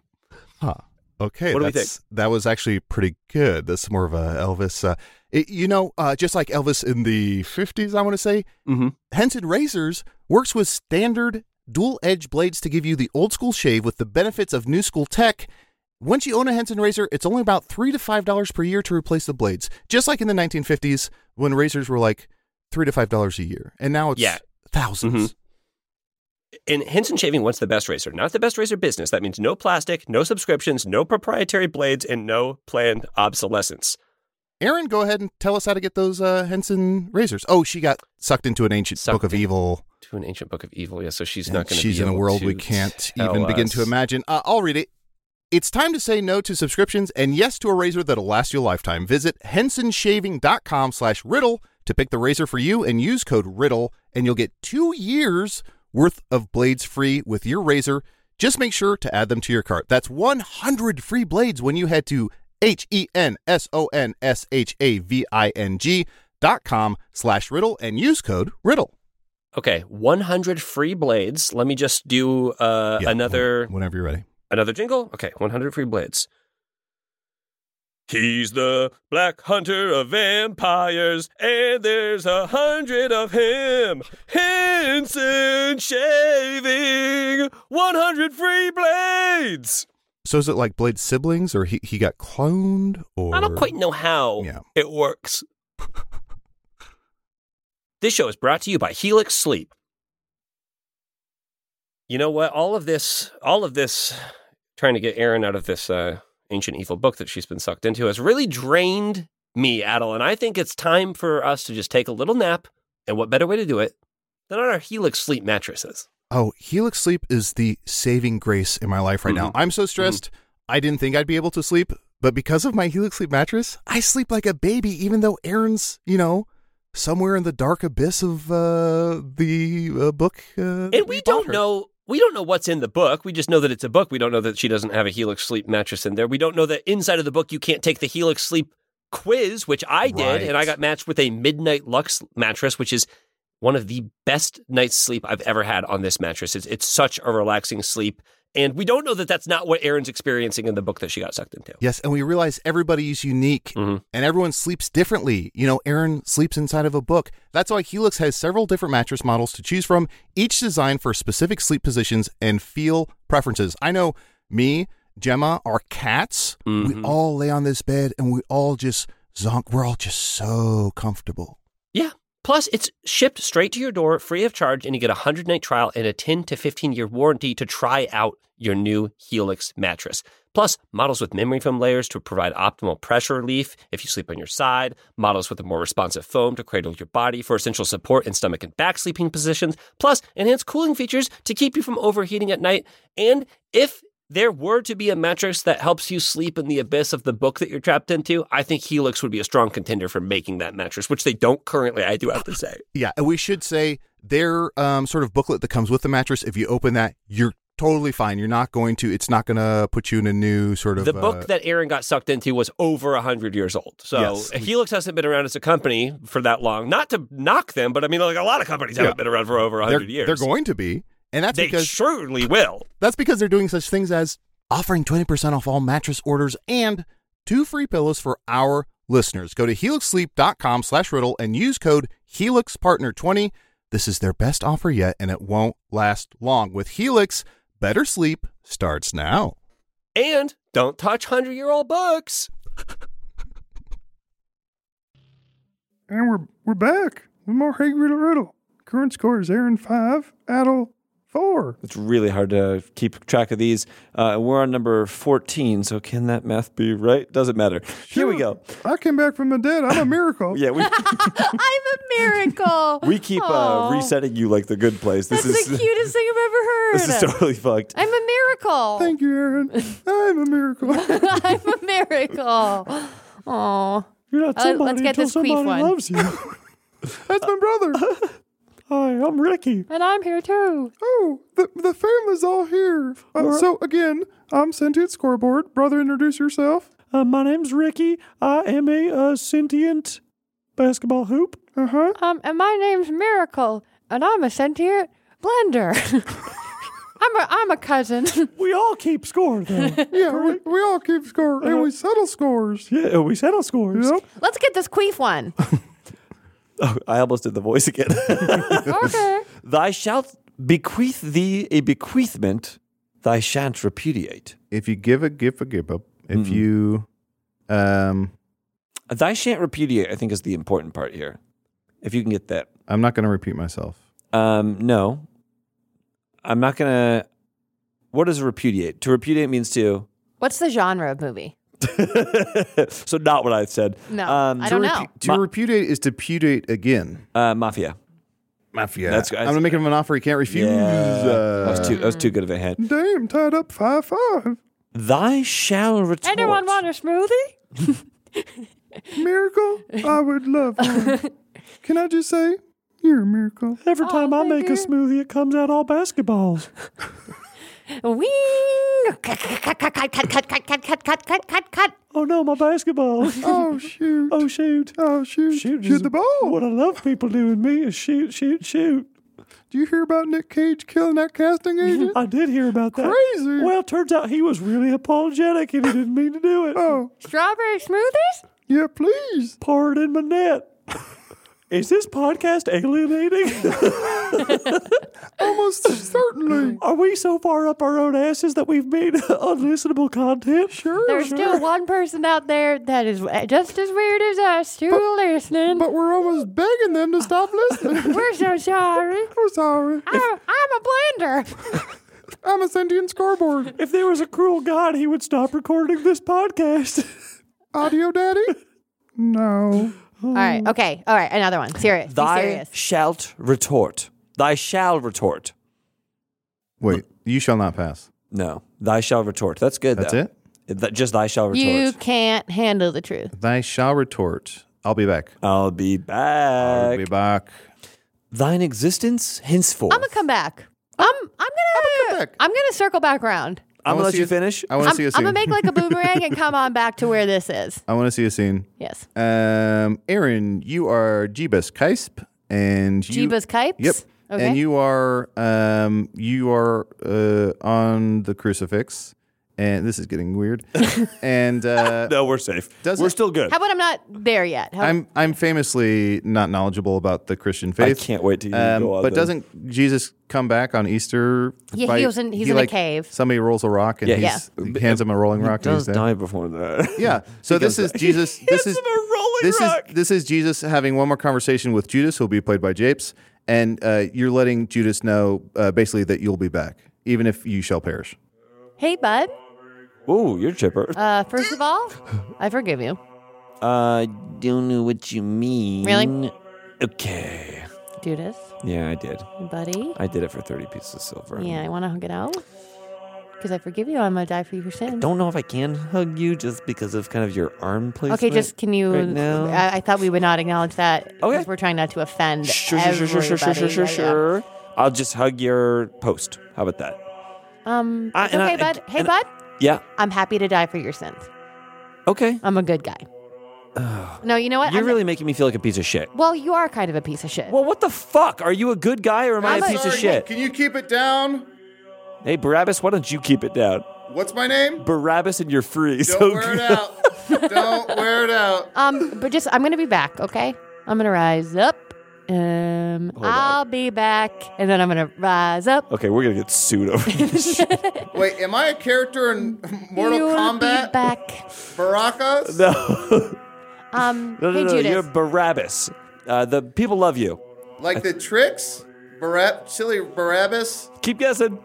Huh. Okay. What do we that's- That was actually pretty good. That's more of a Elvis. Uh, it- you know, uh, just like Elvis in the 50s, I want to say, Mm-hmm. Henson Razors works with standard dual edge blades to give you the old school shave with the benefits of new school tech. Once you own a Henson razor, it's only about three to five dollars per year to replace the blades. Just like in the 1950s when razors were like three to five dollars a year, and now it's Yeah. 1000s Mm-hmm. And Henson Shaving wants the best razor, not the best razor business. That means no plastic, no subscriptions, no proprietary blades, and no planned obsolescence. Aaron, go ahead and tell us how to get those uh, Henson razors. Oh, she got sucked into an ancient book of evil. To an ancient book of evil, yeah. So she's and not going to. She's be in a able world to we can't tell even begin us. to imagine. Uh, I'll read it. It's time to say no to subscriptions and yes to a razor that'll last you a lifetime. Visit hensonshaving.com slash riddle to pick the razor for you and use code riddle and you'll get two years worth of blades free with your razor. Just make sure to add them to your cart. That's 100 free blades when you head to E H-E-N-S-O-N-S-H-A-V-I-N-G dot com slash riddle and use code riddle. Okay, 100 free blades. Let me just do uh, another whenever you're ready. Another jingle. Okay, 100 free blades. He's the black hunter of vampires, and there's a hundred of him. Henson shaving 100 free blades. So is it like Blade siblings, or he, he got cloned, or I don't quite know how it works. this show is brought to you by Helix Sleep. You know what? All of this, all of this, trying to get Erin out of this uh, ancient evil book that she's been sucked into has really drained me, Adel. And I think it's time for us to just take a little nap. And what better way to do it than on our Helix Sleep mattresses? Oh, Helix Sleep is the saving grace in my life right now. Mhm. I'm so stressed. Mm-hmm. I didn't think I'd be able to sleep, but because of my Helix Sleep mattress, I sleep like a baby, even though Aaron's, you know, somewhere in the dark abyss of uh, the uh, book. Uh, and we don't know we don't know what's in the book. We just know that it's a book. We don't know that she doesn't have a Helix Sleep mattress in there. We don't know that inside of the book you can't take the Helix Sleep quiz, which I did, Right. and I got matched with a Midnight Lux mattress, which is one of the best night's sleep I've ever had on this mattress. It's, it's such a relaxing sleep, and we don't know that that's not what Erin's experiencing in the book that she got sucked into. Yes, and we realize everybody's unique and everyone sleeps differently. You know, Aaron sleeps inside of a book. That's why Helix has several different mattress models to choose from, each designed for specific sleep positions and feel preferences. I know me Gemma, our cats, we all lay on this bed and we all just zonk. We're all just so comfortable. Yeah. Plus, it's shipped straight to your door free of charge, and you get a 100 night trial and a 10 to 15 year warranty to try out your new Helix mattress. Plus, models with memory foam layers to provide optimal pressure relief if you sleep on your side, models with a more responsive foam to cradle your body for essential support in stomach and back sleeping positions, plus, enhanced cooling features to keep you from overheating at night. And if there were to be a mattress that helps you sleep in the abyss of the book that you're trapped into, I think Helix would be a strong contender for making that mattress, which they don't currently, I do have to say. Yeah, and we should say their um, sort of booklet that comes with the mattress. If you open that, you're totally fine. You're not going to. It's not going to put you in a new sort of The uh, book that Aaron got sucked into was over 100 years old. So Yes. Helix hasn't been around as a company for that long. Not to knock them, but I mean, like a lot of companies Yeah. haven't been around for over 100 they're, years. They're going to be, and that's They because surely will. That's because they're doing such things as offering 20% off all mattress orders and two free pillows for our listeners. Go to helixsleep.com slash riddle and use code HelixPartner20. This is their best offer yet, and it won't last long. With Helix, better sleep starts now. And don't touch 100 year old books. And we're we're back with more Hey Riddle Riddle. Current score is Aaron five, Adel four. It's really hard to keep track of these. Uh, we're on number 14, so can that math be right? Doesn't matter. Here we go. I came back from the dead. I'm a miracle. Yeah, we, I'm a miracle. we keep uh, Aw. resetting you like the good place. This That's the is cutest thing I've ever heard. this is totally fucked. I'm a miracle. Thank you, Aaron. I'm a miracle. I'm a miracle. Oh. You're not somebody let's get until this somebody queef one. loves you. That's my brother. Hi, I'm Ricky. And I'm here too. Oh, the, the family's all here. Uh, so again, I'm Sentient Scoreboard. Brother, introduce yourself. Uh, my name's Ricky. I am a uh, sentient basketball hoop. Uh huh. Um, and my name's Miracle, and I'm a sentient blender. I'm a I'm a cousin. We all keep score, though. Yeah, we, we all keep score and we settle scores. yeah, we settle scores. Yep. Let's get this queef one. Oh, I almost did the voice again. Okay. Thy shalt bequeath thee a bequeathment, thy shan't repudiate. If you give a give a give up, if you um Thy shan't repudiate, I think, is the important part here. If you can get that. I'm not going to repeat myself. Um, no. I'm not going to. What is repudiate? To repudiate means to. What's the genre of movie? so, not what I said. Um, No, I don't to know. repu- to repudiate is to pudate again. Uh, mafia. Mafia. That's- I'm gonna make him an offer he can't refuse. Uh, Uh, That was too, that was too good of a hint. Damn, tied up five five. Thy shall retort. Anyone want a smoothie? Miracle, I would love one. Can I just say, you're a miracle. Oh, Every time I make a smoothie, it comes out all basketballs. Wing. Cut, cut, cut, cut, cut, cut, cut, cut, cut, cut, cut, cut, cut. oh no, my basketball! Oh shoot! Oh shoot! Oh shoot! Shoot, Shoot is the ball! What I love people doing me is shoot, shoot, shoot. Do you hear about Nick Cage killing that casting Mm-hmm. agent? I did hear about that. Crazy. Well, turns out he was really apologetic and he didn't mean to do it. oh Strawberry smoothies? yeah, please. Pour it in my net. Is this podcast alienating? Almost certainly. Are we so far up our own asses that we've made unlistenable content? Sure. There's still one person out there that is uh, just as weird as us, still listening. But we're almost begging them to stop listening. We're so sorry. We're sorry. I'm, I'm a blender. I'm a sentient scoreboard. If there was a cruel God, he would stop recording this podcast. Audio daddy? No. All right. Okay. All right. Another one. Serious. Be Thy serious. shalt retort. Thy shall retort. Wait, you shall not pass. No. Thy shall retort. That's good. That's though. it. Th- just thy shall retort. You can't handle the truth. Thy shall retort. I'll be back. I'll be back. I'll be back. Thine existence henceforth. I'm gonna come back. I'm I'm gonna I'm, gonna circle back around. wanna I'm gonna let see you it. finish. I want I'm, to see a I'm scene. gonna make like a boomerang and come on back to where this is. I want to see a scene. Yes. Um, Aaron, you are Jeebus Kisp, and you, Jeebus Kipes? Yep. Okay. And you are um, you are uh, on the crucifix, And this is getting weird. and uh, no, we're safe. We're still good. How about I'm not there yet? How, I'm I'm famously not knowledgeable about the Christian faith. Um, I can't wait to um, go on But then. doesn't Jesus come back on Easter? Yeah, he was in- he's in a cave. Somebody rolls a rock and Yeah, he's, yeah. he hands him a rolling rock. and he's does dead. die before that. Yeah. So this is Jesus. This is this rock. is this is Jesus having one more conversation with Judas, who'll be played by Japes, and uh, you're letting Judas know uh, basically that you'll be back, even if you shall perish. hey, bud. Ooh, you're chipper. Uh, first of all, I forgive you. Uh, I don't know what you mean. Really? Okay. Do this, Yeah, I did. buddy. I did it for 30 pieces of silver. Yeah, I want to hug it out because I forgive you. I'm gonna die for your sins. Don't know if I can hug you just because of kind of your arm placement. Okay, just can you? uh, Right now. I, I thought we would not acknowledge that because we're trying not to offend. sure, sure, sure, sure, sure, sure, sure, everybody. sure. I'll just hug your post. How about that? Um, I- it's Ah, and okay, I- bud. Hey, and bud. Yeah. I'm happy to die for your sins. Okay. I'm a good guy. No, you know what? You're I'm- really making me feel like a piece of shit. well, you are kind of a piece of shit. Well, what the fuck? Are you a good guy or am I I'm a a- piece of Sorry, shit? Can you keep it down? Hey, Barabbas, why don't you keep it down? What's my name? Barabbas and you're free. Don't so wear it out. Don't wear it out. Um, but just I'm gonna be back, okay? I'm gonna rise up. Um, I'll be back, and then I'm gonna rise up. Okay, we're gonna get sued over this. Wait, am I a character in Mortal You'll Kombat? be back. Baracas? no. Um, No, no, hey no, Judas, you're Barabbas. Uh, the people love you. Like the tricks? Barab- silly Barabbas? Keep guessing.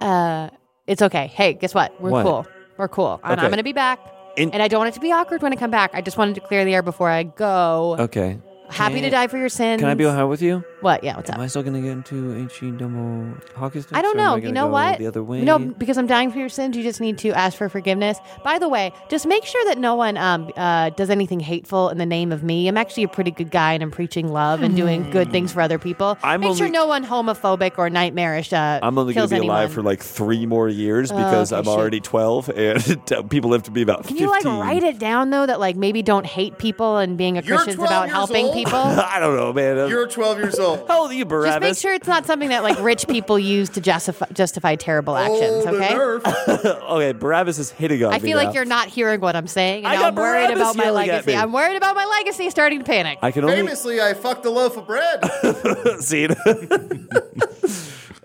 uh, it's okay. Hey, guess what? We're What? cool. We're cool. And Okay. I'm gonna be back, In- and I don't want it to be awkward when I come back. I just wanted to clear the air before I go. Okay. Happy Can to die I- for your sins. Can I be high with you? What? Yeah. What's up? Am I still gonna get into HE double hockey sticks? I don't or am know. gonna You know go what? The other way. No, because I'm dying for your sins. You just need to ask for forgiveness. By the way, just make sure that no one um, uh, does anything hateful in the name of me. I'm actually a pretty good guy, and I'm preaching love and doing good things for other people. Hmm. I'm make sure only- no one homophobic or nightmarish. Uh, I'm only gonna kills be anyone. alive for like three more years Oh, because okay, I'm shoot. already 12, and people live to be about. Can you like 15. write it down though? That like maybe don't hate people and being a You're Christian is 12 about years helping old. people. I don't know, man. You're 12 years old. How old are you, Just Barabbas? make sure it's not something that like rich people use to justify, justify Oh, terrible actions. Old and Okay. nerf. okay, Barabbas is hitting on I me feel now. like you're not hearing what I'm saying. I And got now I'm worried Barabbas about my yelling at legacy. me. I'm worried about my legacy starting to panic. I can only Famously, I fucked a loaf of bread. see it.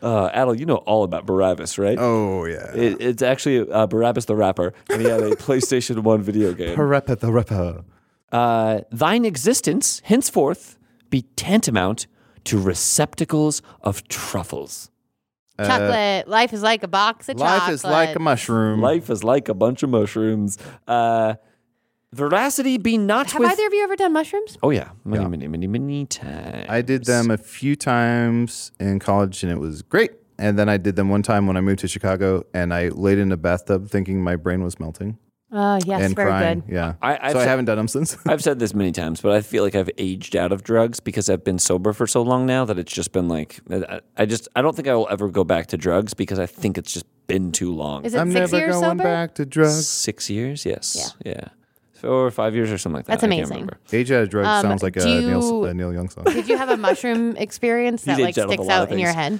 uh, Adel, you know all about Barabbas, right? Oh, yeah. It, it's actually uh, Barabbas the rapper, and he had a PlayStation One video game. Parappa the Rapper. Uh, Thine existence henceforth be tantamount to receptacles of truffles. uh, chocolate. Life is like a box of chocolate. Life is like a mushroom. Life is like a bunch of mushrooms. Uh, veracity be not Have with. either of you ever done mushrooms? Oh yeah, many, many, many, many times. I did them a few times in college and it was great. And then I did them one time when I moved to Chicago and I laid in a bathtub thinking my brain was melting Uh, yes, and very crying. good. Yeah. I- I've so I said- haven't done them since. I've said this many times, but I feel like I've aged out of drugs because I've been sober for so long now that it's just been like I- I just I don't think I will ever go back to drugs because I think it's just been too long. Is it I'm six never years going sober? back to drugs. Six years, yes, yeah, four or five years or something like that. That's I can't amazing. remember. Age out of drugs Um, sounds like a, do Neil, you- a Neil Young song. Did you have a mushroom experience You that did like jump a sticks lot of out in your head? things.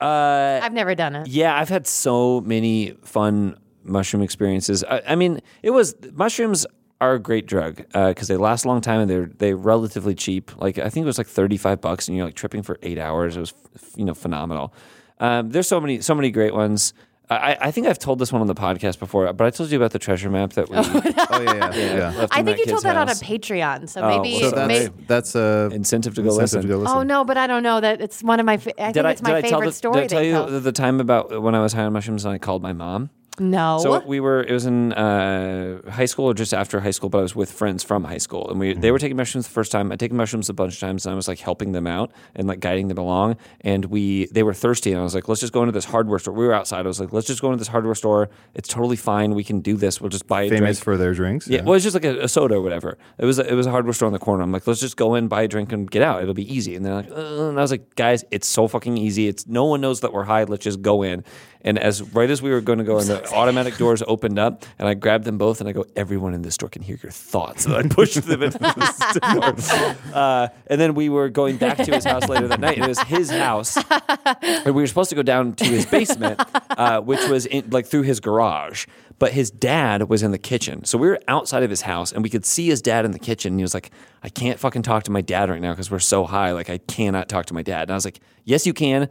Uh, I've never done it. Yeah, I've had so many fun mushroom experiences. I, I mean, it was mushrooms are a great drug because they last a long time and they're they are relatively cheap. Like I think it was like thirty five bucks, and you're like tripping for eight hours. It was f- you know phenomenal. Um, there's so many so many great ones. I, I- I think I've told this one on the podcast before, but I told you about the treasure map that we. oh, yeah, yeah. yeah. left I in think that you kid's told that on a house. Patreon, so Oh, maybe. well, So that's, may- that's a Incentive to go incentive listen. to go listen. oh no, but I don't know that it's one of my. Fa- I think it's my I tell favorite the- story. Did I tell they you tell. the, the time about when I was high on mushrooms and I called my mom? no. So we were. It was in uh, high school or just after high school, but I was with friends from high school, and we they were taking mushrooms the first time. I taken mushrooms a bunch of times, and I was like helping them out and like guiding them along. And we they were thirsty, and I was like, let's just go into this hardware store. We were outside. I was like, let's just go into this hardware store. It's totally fine. We can do this. We'll just buy a drink. Famous for their drinks. Yeah, well, it's just like a, a soda or whatever. It was it was a hardware store on the corner. I'm like, let's just go in, buy a drink, and get out. It'll be easy. And they're like, uh, and I was like, guys, it's so fucking easy. It's no one knows that we're high. Let's just go in. And as right as we were going to go in, the, automatic doors opened up, and I grabbed them both, and I go, "Everyone in this store can hear your thoughts." And I pushed them into the store. Uh, and then we were going back to his house later that night, and it was his house, and we were supposed to go down to his basement, uh, which was in, like through his garage. But his dad was in the kitchen, so we were outside of his house, and we could see his dad in the kitchen. And he was like, "I can't fucking talk to my dad right now because we're so high. Like, I cannot talk to my dad." And I was like, "Yes, you can."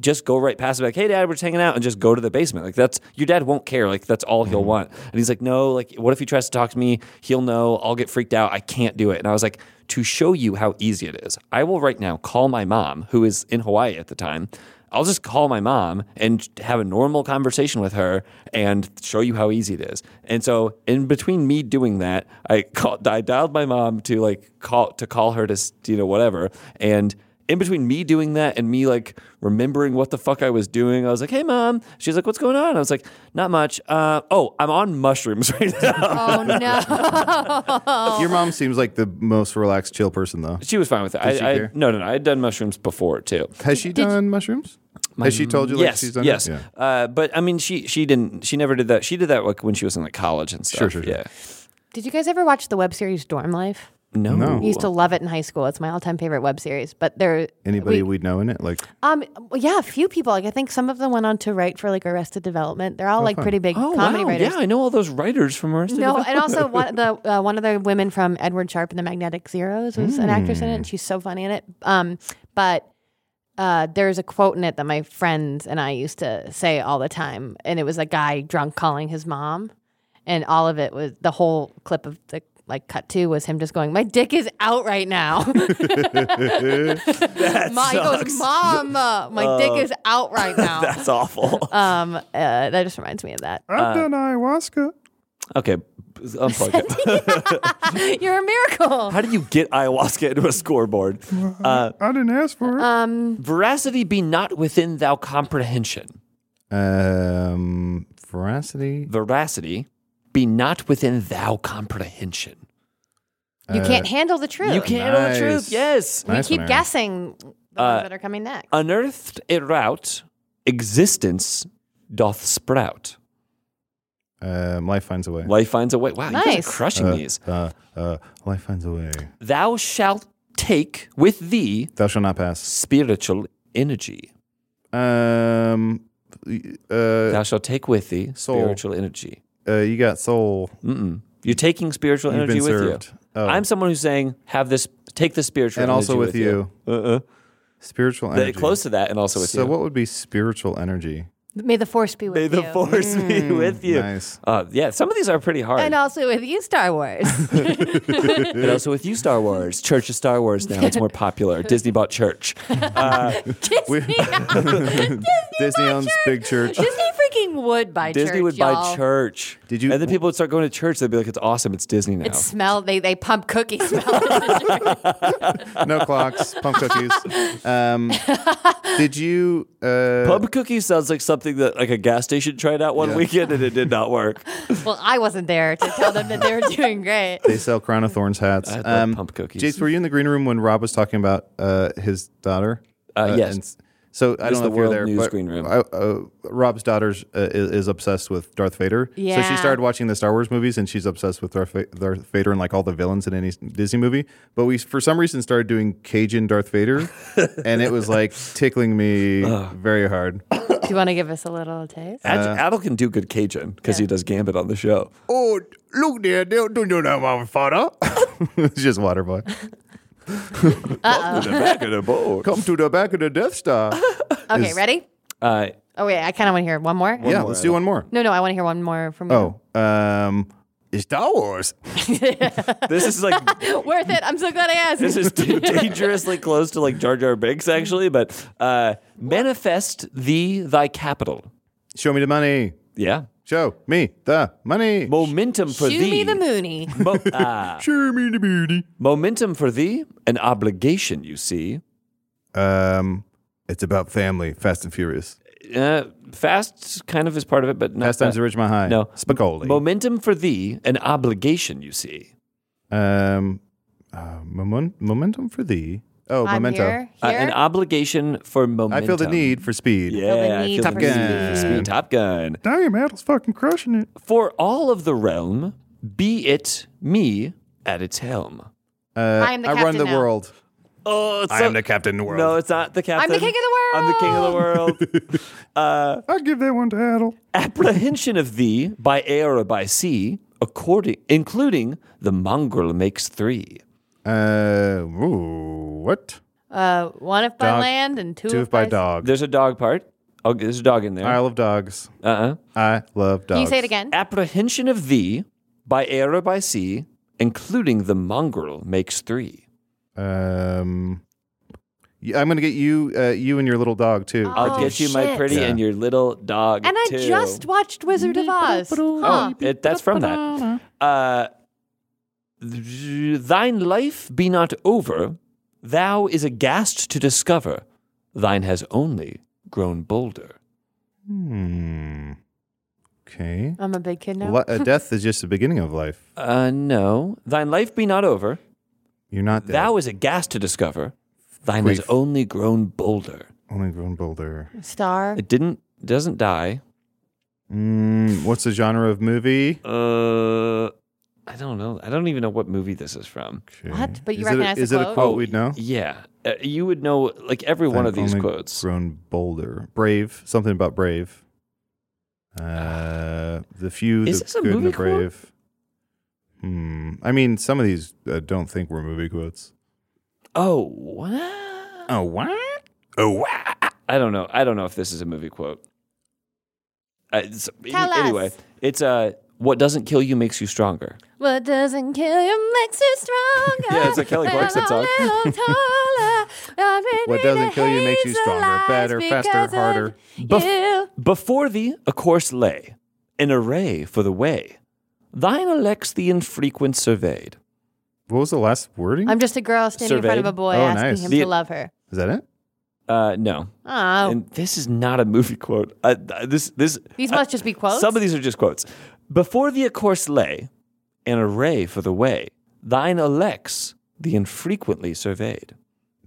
just go right past it, like, hey, dad, we're just hanging out, and just go to the basement. Like, that's your dad won't care. Like, that's all he'll want. And he's like, no, like, what if he tries to talk to me? He'll know. I'll get freaked out. I can't do it. And I was like, to show you how easy it is, I will right now call my mom, who is in Hawaii at the time. I'll just call my mom and have a normal conversation with her and show you how easy it is. And so, in between me doing that, I called, I dialed my mom to like call to call her to you know whatever and in between me doing that and me like remembering what the fuck I was doing, I was like, "Hey, mom." She's like, "What's going on?" I was like, "Not much." Uh, oh, I'm on mushrooms right Oh, now. no. Your mom seems like the most relaxed, chill person, though. she was fine with it. Does she I, I, care? no, no, no. I had done mushrooms before too. Has she done mushrooms? Has she told you like yes, she's done? it? yes. Yeah. Uh, but I mean, she she didn't. She never did that. She did that like when she was in like college and stuff. Sure, sure, sure. Yeah. Did you guys ever watch the web series Dorm Life? No. No. I used to love it in high school. It's my all-time favorite web series. But there, Anybody we- we, would know in it? Like, Um. well, Yeah, a few people. Like I think some of them went on to write for like Arrested Development. They're all like fun. pretty big Oh, comedy wow. writers. Yeah, I know all those writers from Arrested No, and also Development. one the uh, one of the women from Edward Sharpe and the Magnetic Zeros was an actress in it, and she's so funny in it. Um, but uh, there's a quote in it that my friends and I used to say all the time, and it was a guy drunk calling his mom, and all of it was the whole clip of the like cut two was him just going, "My dick is out right now." Ma- he goes, "Mom, uh, my dick is out right now." That's awful. um, uh, that just reminds me of that. Uh, I've done ayahuasca. Okay, unplug it. You're a miracle. How do you get ayahuasca into a scoreboard? Uh, I didn't ask for it. Um, veracity be not within thou comprehension. um, veracity. Veracity be not within thou comprehension. You Uh, can't handle the truth. You can't know the truth. Nice. Yes. We Nice keep one, Aaron. guessing the Uh, ones that are coming next. Unearthed it route, existence doth sprout. Um, life finds a way. Life finds a way. Wow, you guys Nice. are crushing Uh, these. Uh, uh, life finds a way. Thou shalt take with thee Thou shall not pass. spiritual energy. Um, uh, Thou shalt take with thee Soul. spiritual energy. uh, you got soul. Mm-mm. You're taking spiritual You've energy been with served. you. Oh. I'm someone who's saying, have this, take this spiritual And energy also with you. Uh-uh. Spiritual Th- energy. Close to that, and also with so you. what would be spiritual energy? May the force be with May you. the force be with you. Hmm. Nice. Uh, yeah, some of these are pretty hard. And uh, also with you, Star Wars. And also with you, Star Wars. Church of Star Wars now. It's more popular. Disney bought Church. We- Disney owns big church. Disney freaking would buy Disney church, would y'all. buy Church. Did you- And then people would start going to church. They'd be like, it's awesome. It's Disney now. It smelled. They they pump cookie smell. no clocks, pump cookies. Um, did you uh, Pub cookie sounds like something that like a gas station tried out one Yeah. Uh, weekend and it did not work. well, I wasn't there to tell them that they were doing great. They sell Crown of Thorns hats. Um, I love pump cookies. Jace, were you in the green room when Rob was talking about uh, his daughter? Uh, yes. and s- so I don't was know the if you're world there. news but green room. I- uh, Rob's daughter uh, is, is obsessed with Darth Vader. So Yeah. she started watching the Star Wars movies, and she's obsessed with Darth, Va- Darth Vader and like all the villains in any s- Disney movie. But we, for some reason, started doing Cajun Darth Vader, and it was like tickling me very hard. Do you want to give us a little taste? Ad- Adel can do good Cajun because he does Gambit on the show. Oh, look there! Don't do that, my father. it's just water boy. In the back of the boat. Come to the back of the Death Star. Okay, is- ready? Uh, Oh wait, I kind of want to hear one more. yeah, let's do one more. No, no, I want to hear one more from. you. Oh, um, Star Wars. this is like Oh. worth it. I'm so glad I asked. this is too dangerously close to like Jar Jar Binks actually, but uh, manifest thee thy capital. Show me the money. Yeah, Show me the money. momentum for Shoe thee. me the Mooney. Mo- ah. Show me the beauty. momentum for thee, an obligation. You see, Um, it's about family. Fast and Furious. uh, fast kind of is part of it, but not Fast Times that. at Ridgemont High. No. Spicoli. Momentum for thee, an obligation. You see, um, uh, moment, momentum for thee. Oh, On memento. here? Here? Uh, an obligation for momentum. I feel the need for speed. Yeah, I need feel for the speed. need for speed. Top Gun. Damn, Adam's fucking crushing it. For all of the realm, be it me at its helm. Uh, I am the I run captain the now. world. Oh, it's I so- am the captain of the world. No, it's not the captain. king of the I'm the king of the world. uh, I give that one to Adel. apprehension of thee by air or by sea, according, including the mongrel makes three. Uh, ooh, what? Uh, one if by Dog. land and two, if dog. There's a dog part. Oh, there's a dog in there. I love dogs. Uh-uh. I love dogs. Can you say it again? Apprehension of thee by air or by sea, including the mongrel makes three. Um, y- I'm gonna get you, uh, you and your little dog too. I'll Oh, get you my shit. pretty Yeah. and your little dog. And I too. just watched Wizard of Oz. Huh. Oh, it, that's from that. Uh, th- thine life be not over. Thou is aghast to discover. Thine has only grown bolder. Hmm. Okay. I'm a big kid now. Li- uh, death is just the beginning of life. Uh, no. Thine life be not over. You're not dead. Thou is aghast to discover. Thine has Grief. only grown bolder. Only grown bolder. Star. It didn't doesn't die. Mm, what's the genre of movie? Uh, I don't know. I don't even know what movie this is from. Okay. What? But you Is it a- recognize the Is it a quote? quote we'd know? Oh, Yeah, uh, you would know like every one Thine of these only quotes. Grown bolder. Brave. Something about brave. Uh, the few, Is the this a good, and the movie quote? brave. Hmm. I mean, some of these I don't think were movie quotes. Oh, what? Oh what? Oh what? I don't know. I don't know if this is a movie quote. Uh, it's- Tell anyway, us. it's uh, what doesn't kill you makes you stronger. What doesn't kill you makes you stronger. Yeah, it's a Kelly Clarkson I'm a song. little taller. I've been What reading doesn't kill you makes you Hazel stronger, Eyes better, faster, because of harder. Bef- you. Before thee a course lay, an array for the way. Thine elects the infrequent surveyed. What was the last wording? I'm just a girl standing in front of a Surveyed. boy Oh, asking nice. him The- to love her. Is that it? Uh, no, Oh, and this is not a movie quote. Uh, th- this this these uh, must just be quotes. Some of these are just quotes. Before thee a course lay, an array for the way. Thine elects the infrequently surveyed.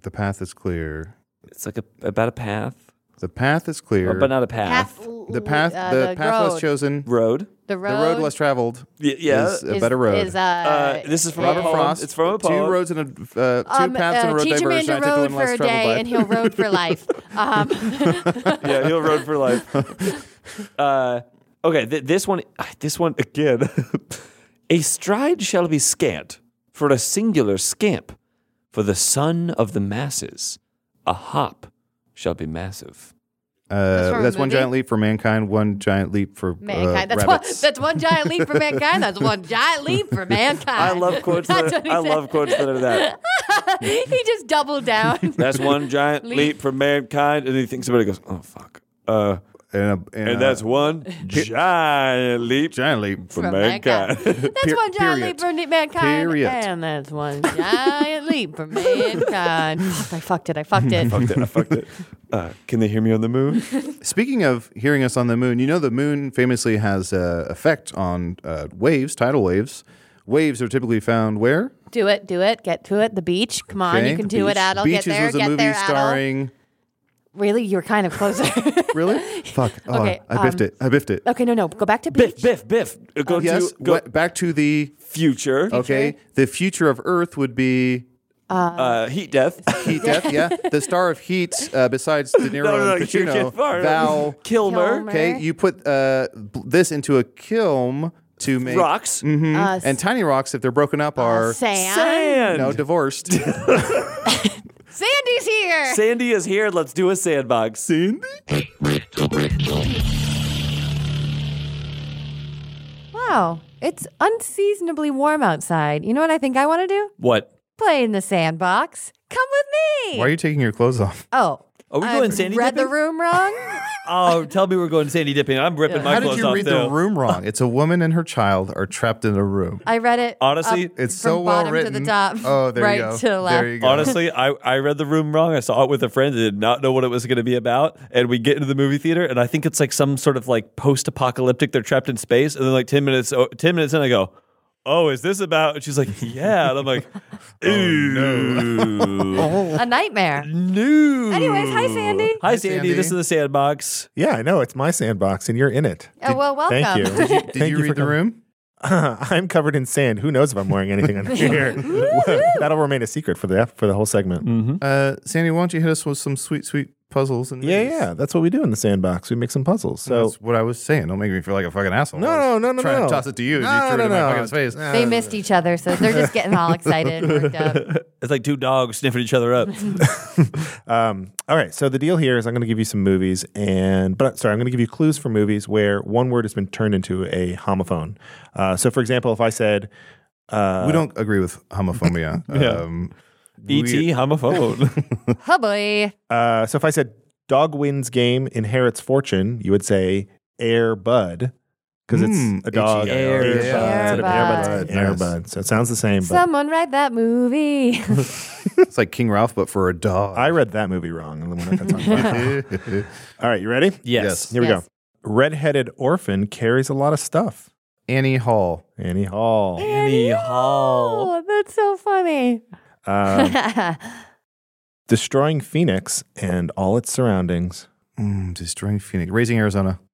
The path is clear. It's like a, about a path, The path is clear. but not a path. Path- l- the path. uh, the, path road. less chosen. Road. The road. The road less traveled. Y- yeah. is a is- better road. Is, uh, Uh, this is from Robert Yeah. Frost. It's from a poem. Two roads and a uh, two um, paths and uh, a road teach a man diverged. to I took the road one for less a traveled day, by. and he'll road for life. Um, yeah, he'll road for life. Uh, okay, th- this one, this one again. a stride shall be scant for a singular scamp, for the son of the masses. A hop shall be massive. Uh, from a that's one movie? giant leap for mankind. One giant leap for mankind. Uh, that's one. rabbits. That's one giant leap for mankind. That's one giant leap for mankind. I love quotes. That That's what he are, I said. love quotes that are that. he just doubled down. That's one giant Leap. leap. for mankind, and he thinks about it. and Goes, oh fuck. Uh, and, a, and that's one giant leap giant leap. for For mankind. That's Per- one giant period. leap for ni- mankind. Period. And that's one giant leap for mankind. Fuck, I fucked it. I fucked it. fucked it. I fucked it. Uh, can they hear me on the moon? Speaking of hearing us on the moon, you know the moon famously has uh, effect on uh, waves, tidal waves. Waves are typically found where? Do it. Do it. Get to it. The beach. Come on. Okay. You can do it, Adel. Beaches get there. was a get movie there, Adel. starring. Really? You were kind of closer. Really? Fuck. Oh, Okay, I biffed um, it. I biffed it. okay, no, no. Go back to beach. Biff, Biff, Biff. Uh, Go yes. to go wha- back to the future. okay. The future of Earth would be Uh, heat death. heat death. Yeah. The star of heat. Uh, besides De Niro no, no, and you can't Pacino, get far. Val. Kilmer. Kilmer. Okay. You put uh, b- this into a kiln to make Rocks. Mhm. Uh, and tiny rocks, if they're broken up, are Sand. Sand. no divorced. Sandy's here. Sandy is here. Let's do a sandbox. Sandy? wow. It's unseasonably warm outside. You know what I think I want to do? What? Play in the sandbox. Come with me. Why are you taking your clothes off? oh. Are we I going sandy read the dipping? room wrong? Oh, tell me we're going sandy dipping. I'm ripping my How clothes did you off read though. the room wrong? It's a woman and her child are trapped in a room. I read it. Honestly, up It's from so well bottom written. to the top. Oh, there right you go. to the left. There you go. Honestly, I, I read the room wrong. I saw it with a friend and did not know what it was going to be about. And we get into the movie theater, and I think it's like some sort of like post apocalyptic. They're trapped in space, and then like ten minutes, oh, ten minutes in, I go, "Oh, is this about?" And she's like, "Yeah." And I'm like, Oh, "Ooh, a nightmare. No. Anyways, hi Sandy. Hi, Sandy. This is the sandbox. Yeah, I know. It's my sandbox, and you're in it. Oh, well, welcome. Thank you. Did you- did Thank you for read the coming. I'm covered in sand. Who knows if I'm wearing anything under here? That'll remain a secret for the for the whole segment. Uh, Sandy, why don't you hit us with some sweet, sweet puzzles? And Yeah, yeah. That's what we do in the sandbox. We make some puzzles. So That's what I was saying. Don't make me feel like a fucking asshole. No, I was no, no, no, Trying no. to toss it to you, and No, you threw it no, in my no. fucking face. They missed each other, so they're just getting all excited and worked up. It's like two dogs sniffing each other up. E Um, all right. So the deal here is I'm going to give you some movies, and but sorry, I'm going to give you clues for movies where one word has been turned into a homophone. Uh, so, for example, if I said, uh, We don't agree with homophobia. Um, E.T. homophone. Oh boy. uh, so if I said dog wins game inherits fortune, you would say air bud because Mm, it's a dog. Air Bud. Air Bud. Instead of air Air bud. Bud. Air Nice. bud. So it sounds the same. But Someone write that movie. it's like King Ralph, but for a dog. I read that movie wrong. and we're not gonna talk about it. All right, you ready? Yes. Here we Yes. go. Redheaded orphan carries a lot of stuff. Annie Hall. Annie Hall. Annie Hall. Oh, that's so funny. Um, destroying Phoenix and all its surroundings. Mm, destroying Phoenix. Raising Arizona.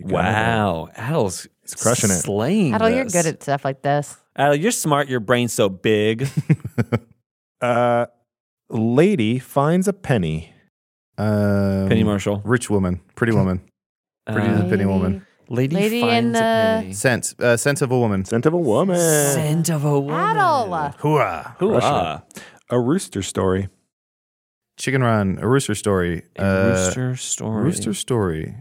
Wow, Adels is crushing it. Slaying. Adel, you're this. good at stuff like this. Adel, you're smart. Your brain's so big. Uh, lady finds a penny. Um, Penny Marshall. Rich woman. Pretty woman. Pretty Uh, the penny woman. Lady, Lady finds in a the- penny. Sense. Uh, sense of a woman. Scent of a woman. Scent of a woman. Adel. Hooah. Hooah. A rooster story. Chicken Run. A rooster story. A rooster story. Uh, Rooster story.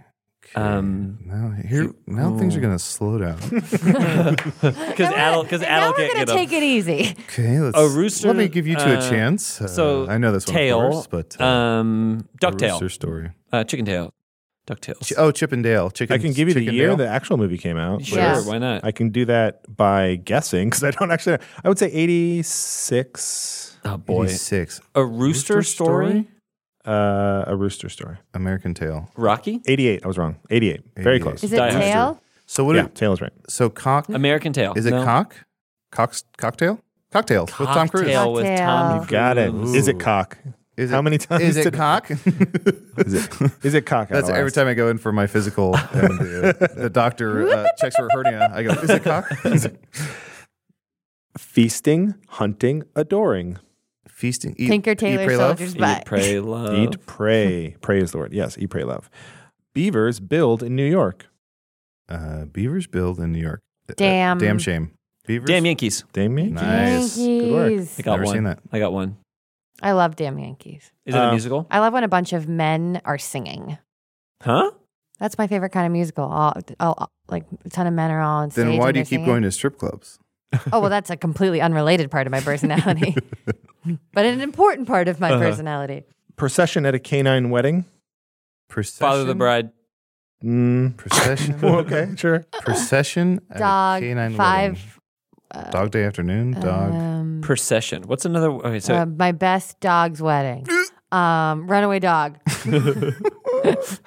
Um, Now here, now things are gonna slow down. because Adel, because Now Adel we're can't gonna get 'em. take it easy. Okay, let's. a rooster. Let me give you two uh, a chance. Uh, so I know this one, of tail, course, but uh, um, ducktail, rooster story, uh, chicken tail, ducktails. Ch- oh, Chip and Dale. Chicken. I can give you the Chick and year Dale. the actual movie came out. Sure, Yes. why not? I can do that by guessing because I don't actually. I would say eighty-six. Oh boy, 86. a rooster, Rooster story? Story? Uh, a rooster story. American Tail. Rocky, Eighty-eight. I was wrong. Eighty-eight. Very 88. close. Is it Die Hard. tail? So what? yeah, It, tail is right. so cock. American Tail. Is it No. cock? Cock's cocktail. Cocktail with Tom Cruise. Cocktail with Cocktail. Tom Cruise. Got it. Is Ooh. it cock? Is How many times Is it did- cock? Is it? Is it cock? That's every time I go in for my physical, and the, the doctor uh, checks for hernia. I go, is it cock? Feasting, hunting, adoring. Feasting. Eat, Tinker eat, Taylor pray, love. Soldier's Eat, Butt. pray, love. Eat, pray. pray is the word. Yes, eat, pray, love. Beavers build in New York. Uh, beavers build in New York. Uh, Damn. damn shame. Beavers. Damn Yankees. Damn you. Nice. Good work. Yankees. I got Never one. seen that. Um, I got one. I love Damn Yankees. Is it a Uh, musical? I love when a bunch of men are singing. Huh? That's my favorite kind of musical. All, all, like a ton of men are all on stage. Then why and do they're you keep singing. going to strip clubs? Oh well, that's a completely unrelated part of my personality, but an important part of my Uh-huh. personality. Procession at a canine wedding. Procession. Father of the Bride. Mm. Procession. okay, sure. Procession. at a Dog Canine five. wedding. uh, Dog day afternoon. Dog. um, Procession. What's another? Okay, so uh, my best dog's wedding. um, runaway dog.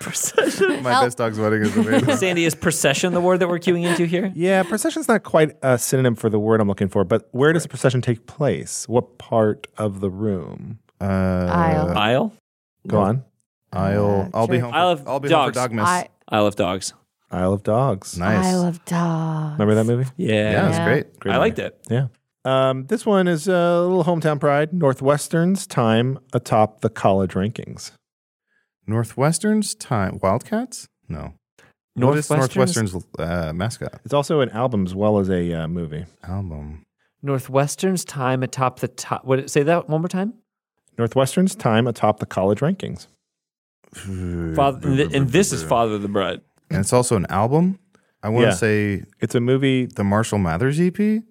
procession. My help. best dog's wedding is amazing. Sandy, is procession the word that we're queuing into here? Yeah, procession's not quite a synonym for the word I'm looking for, but where does the procession take place? What part of the room? Uh, Aisle. Aisle. Go on. I'll I'll be Sure. home. For, Isle of I'll be Dogs. home for Dogmas. I, Isle of Dogs. Isle of Dogs. nice. I love dogs. Remember that movie? Yeah. yeah, it's Yeah. great. Great I movie. liked it. Yeah. Um, this one is uh, a little hometown pride. Northwestern's time atop the college rankings. Northwestern's time. Wildcats? No. What is Northwestern's uh, mascot It's also an album as well as a uh, movie. album? Northwestern's time atop the top. What, say that one more time. Northwestern's time atop the college rankings. Father, and, th- and this is Father of the Bride. And it's also an album. I want to Yeah. say It's a movie. the Marshall Mathers E EP.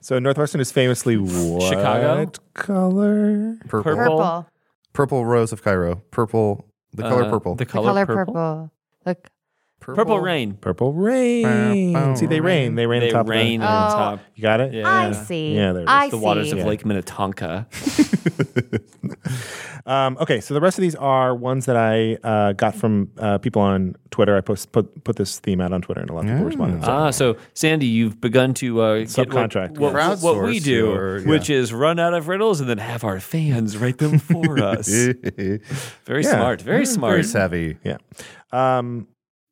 So Northwestern is famously what Chicago? color? Purple. Purple. purple, Purple. rose of Cairo. Purple, the color Uh, purple. The The color, color purple. purple. Look, Purple, Purple Rain. Purple rain. See, they rain. They rain They on top. rain of on Oh. top. You got it. Yeah. I see. Yeah, there it is. I The waters see. of Lake Minnetonka. um, okay, so the rest of these are ones that I uh, got from uh, people on Twitter. I post put put this theme out on Twitter, and a lot of people responded. So- Ah, so Sandy, you've begun to uh, get what- Subcontract. What, what, what we Crowdsource do, your- yeah. which is run out of riddles and then have our fans write them for us. very Yeah. smart. Very smart. Very savvy. Yeah. Um,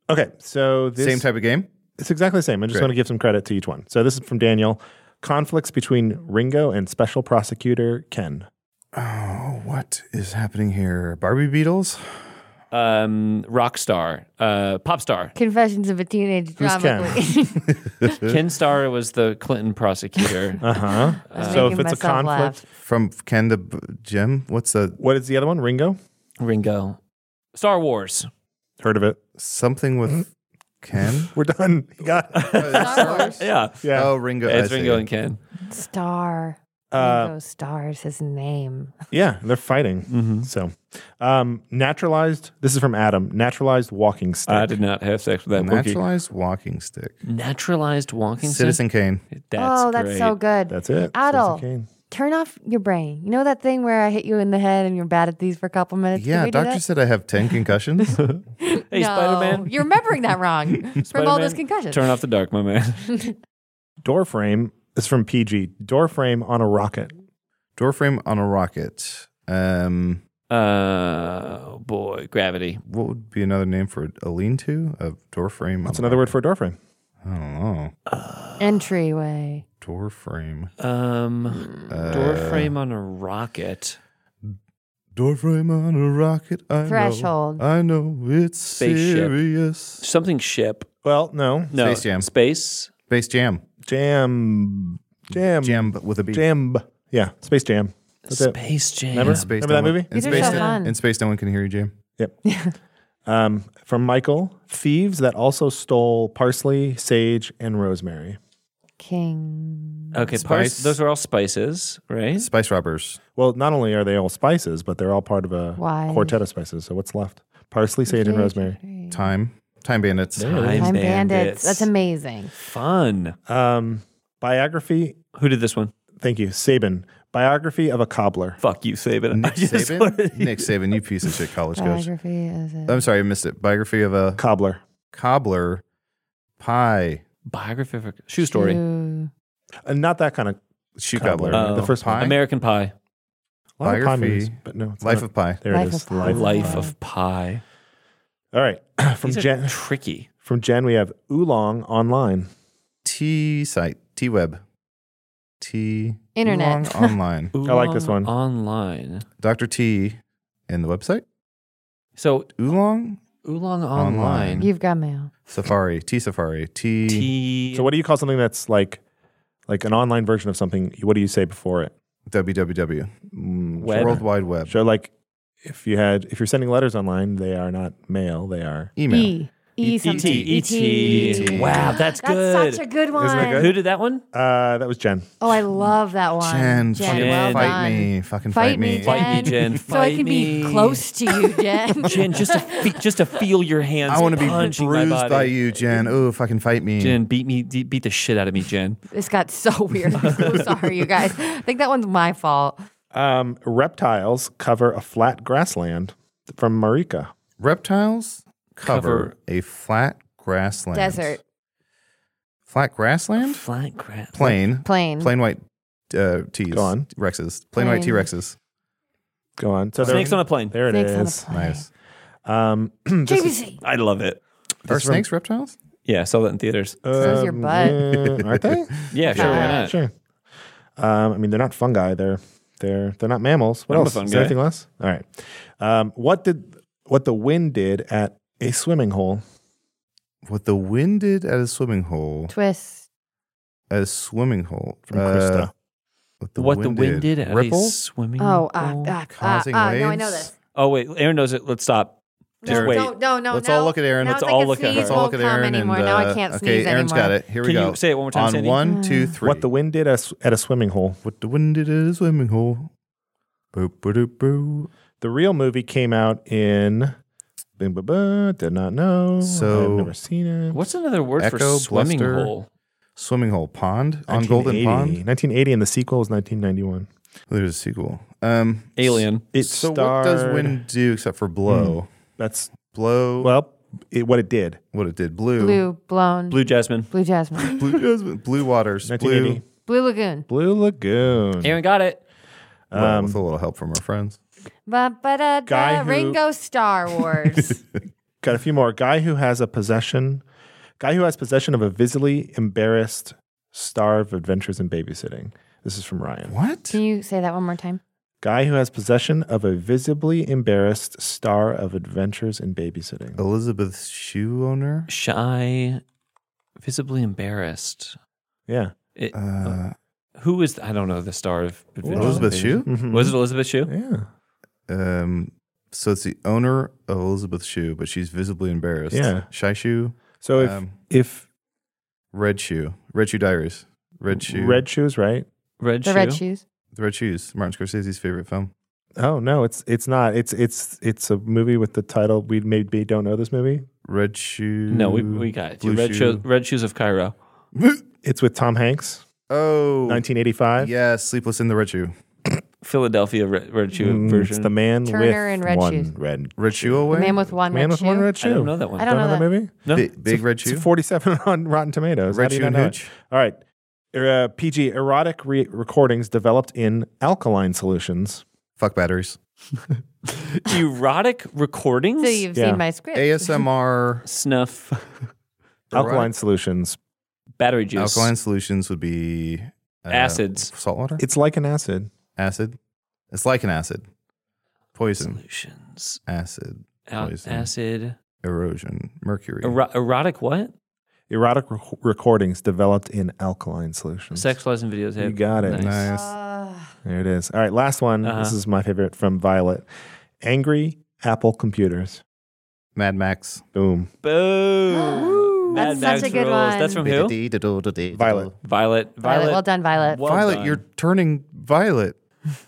okay, so this, Same type of game. It's exactly the same. I just Great. want to give some credit to each one. So this is from Daniel. Conflicts between Ringo and Special Prosecutor Ken. Oh, what is happening here? Barbie Beatles? Um, rock star, uh, pop star. Confessions of a Teenage Drama. Queen. Ken Starr was the Clinton prosecutor. Uh-huh. was So making if it's a myself conflict- laugh. from Ken to B- Jim, what's the what is the other one? Ringo. Ringo. Star Wars. Heard of it? Something with Ken. We're done. You got yeah. Yeah. Oh, Ringo. It's I see. Ringo and Ken. Star. Uh, Ringo Starr is his name. Yeah, they're fighting. So, um, naturalized. This is from Adam. Naturalized walking stick. I did not have sex with that monkey. Naturalized walking stick. Naturalized walking Citizen Kane. That's oh, that's so great. good. That's it. Adol, Kane. turn off your brain. You know that thing where I hit you in the head and you're bad at these for a couple minutes? Can Yeah, we do doctor that? said I have 10 concussions. Hey, no, Spider-Man. You're remembering that wrong from all Spider-Man, those concussions. Turn off the dark, my man. Door frame is from PG. Door frame on a rocket. Doorframe on a rocket. Um, uh, boy, gravity. What would be another name for a lean to? A doorframe? That's another word for a door frame. I don't know. Entryway. Doorframe. Um, Hmm. door frame on a rocket. Doorframe on a rocket. I know- Threshold. I know it's Spaceship. serious. Something ship. Well, no. No. Space Jam. Space. Space Jam. Jam. Jam. Jam but with a B. Jam. Yeah. Space Jam. That's it. Space Jam. Remember? Space Remember that no one- movie? In These are space, so fun. in space, no one can hear you, Jam. Yep. um, from Michael. Thieves that also stole parsley, sage, and rosemary. King. Okay, Spice. parse, those are all spices, right? Spice robbers. Well, not only are they all spices, but they're all part of a Why? quartet of spices. So what's left? Parsley, sage, and rosemary. Time. Time bandits. Time I'm bandits. bandits. That's amazing. Fun. Um, biography. Who did this one? Thank you, Sabin. Biography of a cobbler. Fuck you, Saban. Nick I just Saban. wanted- Nick Saban, you piece of shit college coach. Biography is a I'm sorry, I missed it. Biography of a Cobbler. cobbler. Pie. Biography of a shoe story. Ooh. Uh, not that kind of Shoe cobbler. Uh, cobbler. Oh. the first pie. American Pie. A lot of pie Biography. movies, but no, it's Life not. of Pi. There Life it is. of Pi. Life, Life Pi. of Pie. All right. from These are Jen. tricky. From Jen, we have oolong online. T site. T web. T Internet. long online. I like this Oolong one. Online. Dr. T and the website. So Oolong? oolong Online. online. You've got mail. Safari. T Safari. T. T. So, what do you call something that's like, like an online version of something? What do you say before it? www. Mm, Web. World Wide Web. So, like, if you had, if you're sending letters online, they are not mail. They are. Email. E. E. something. E E-T. Wow, that's good. That's such a good one. Isn't that good? Who did that one? Uh, that was Jen. Oh, I love that one. Jen, fucking well fight done. me. Fucking Fight, me, Jen. me. Fight me, Jen. so I Fight can be me. close to you, Jen. Jen, just to fe- just to feel your hands. I want to be punching my bruised body. by you, Jen. Oh, fucking fight me. Jen, beat me, de- beat the shit out of me, Jen. this got so weird. I'm so sorry, you guys. I think that one's my fault. Um, reptiles cover a flat grassland from Marika. Reptiles cover, Cover. a flat grassland. Desert. Flat grassland? Flat crap. Plain. Plain. Plain white uh, T's. Go on. Rexes. Plain white T Plain. Rexes. Go on. So Snakes there, on a plane. there it Snakes on a is. plane. Nice. Um, this is- JVC. I love it. Are is from- snakes reptiles? Yeah, I saw that in theaters. So's your um, butt. yeah, aren't they? Yeah, sure. Why Yeah. not? Sure. Um, I mean, they're not fungi. They're they're they're not mammals. What I'm a else? fungi. Is there anything less? All right. Um, what did what the wind did at a swimming hole? What the wind did at a swimming hole. Twist. At a swimming hole. Uh, From Krista. What the, What wind, the wind did at a Ripples? swimming. Oh, uh, pool? uh, uh, Causing uh, no, I know waves? this. oh wait, Aaron knows it. Let's stop. Just No, wait. don't, no, no, Let's no. all look at Aaron. Now Let's it's like all a look at her. sneeze Let's all won't look at come Aaron. anymore. and, now I uh, can't okay, sneeze Aaron's anymore. got it. Here we Can go. you say it one more time, On Sandy? one, two, three. What the wind did at a, at a swimming hole? What the wind did at a swimming hole. Boop, boop, boop, boop. The real movie came out in Bing, ba, ba, did not know. So- I've never seen it. What's another word for Echo, swimming bluster. hole? Swimming hole pond on Golden Pond. 1980, and the sequel is 1991. There's a sequel. Um, Alien. It so what does starred- wind do except for blow? That's blow. Well, it, what it did. What it did. Blue. Blue blown. Blue jasmine. Blue jasmine. Blue jasmine. Blue waters. 1980. Blue. Blue lagoon. Blue Lagoon. Aaron got it. Well, Um, with a little help from our friends. Ba, ba, da, Guy da, who- Ringo Star Wars. Got a few more. Guy who has a possession. Guy who has possession of a visibly embarrassed star of adventures in babysitting. This is from Ryan. What? Can you say that one more time? Guy who has possession of a visibly embarrassed star of adventures in babysitting. Elizabeth shoe owner. Shy, visibly embarrassed. Yeah. It, Uh, who is? I don't know the star of Elizabeth Shue? Mhm. Was Hmm. it Elizabeth Shue? Yeah. Mm-hmm. Um, so it's the owner of Elizabeth shoe, but she's visibly embarrassed. Yeah. Shy shoe. So if Um, if Red shoe. Red shoe diaries. Red shoe. red shoes, right? Red The Shoe. red shoes. The red shoes. Martin Scorsese's favorite film. Oh no, it's it's not. It's it's it's a movie with the title we maybe don't know this movie. Red shoe. No, we, we got it. Blue Red, shoe. shoe. red Shoes of Cairo. It's with Tom Hanks, Oh. 1985. Yeah, Sleepless in the Red Shoe. Philadelphia Red, red Shoe Hmm, Mm, version. It's the man Turner with and Red one Shoes. red Red Shoe away? The man with one man red with shoe. one red I shoe. don't know that one. I don't know know that that. movie. No. Big, big red It's shoe. 47 on Rotten Tomatoes. How Red do you Shoe not and know it? Hooch. All right. Uh, PG erotic re- recordings developed in alkaline solutions. Fuck batteries. Erotic recordings. So you've Yeah. seen my script. ASMR Snuff. Alkaline Erotic- solutions. Battery juice. alkaline solutions would be uh, Acids. salt water, It's like an acid. acid. It's like an acid, poison, Solutions. acid, Al- Poison. acid. erosion, mercury, Ero- erotic what? Erotic rec- recordings developed in alkaline solutions. Sex lies and videotape. You got it. Nice. nice, Ah, There it is. All right. Last one. Uh-huh. This is my favorite from Violet. Angry Apple computers. Mad Max. Boom. Boo. That's such a good one. That's from who? Violet. Violet. Violet. Violet. Well done, Violet. Well Violet, done. you're turning violet.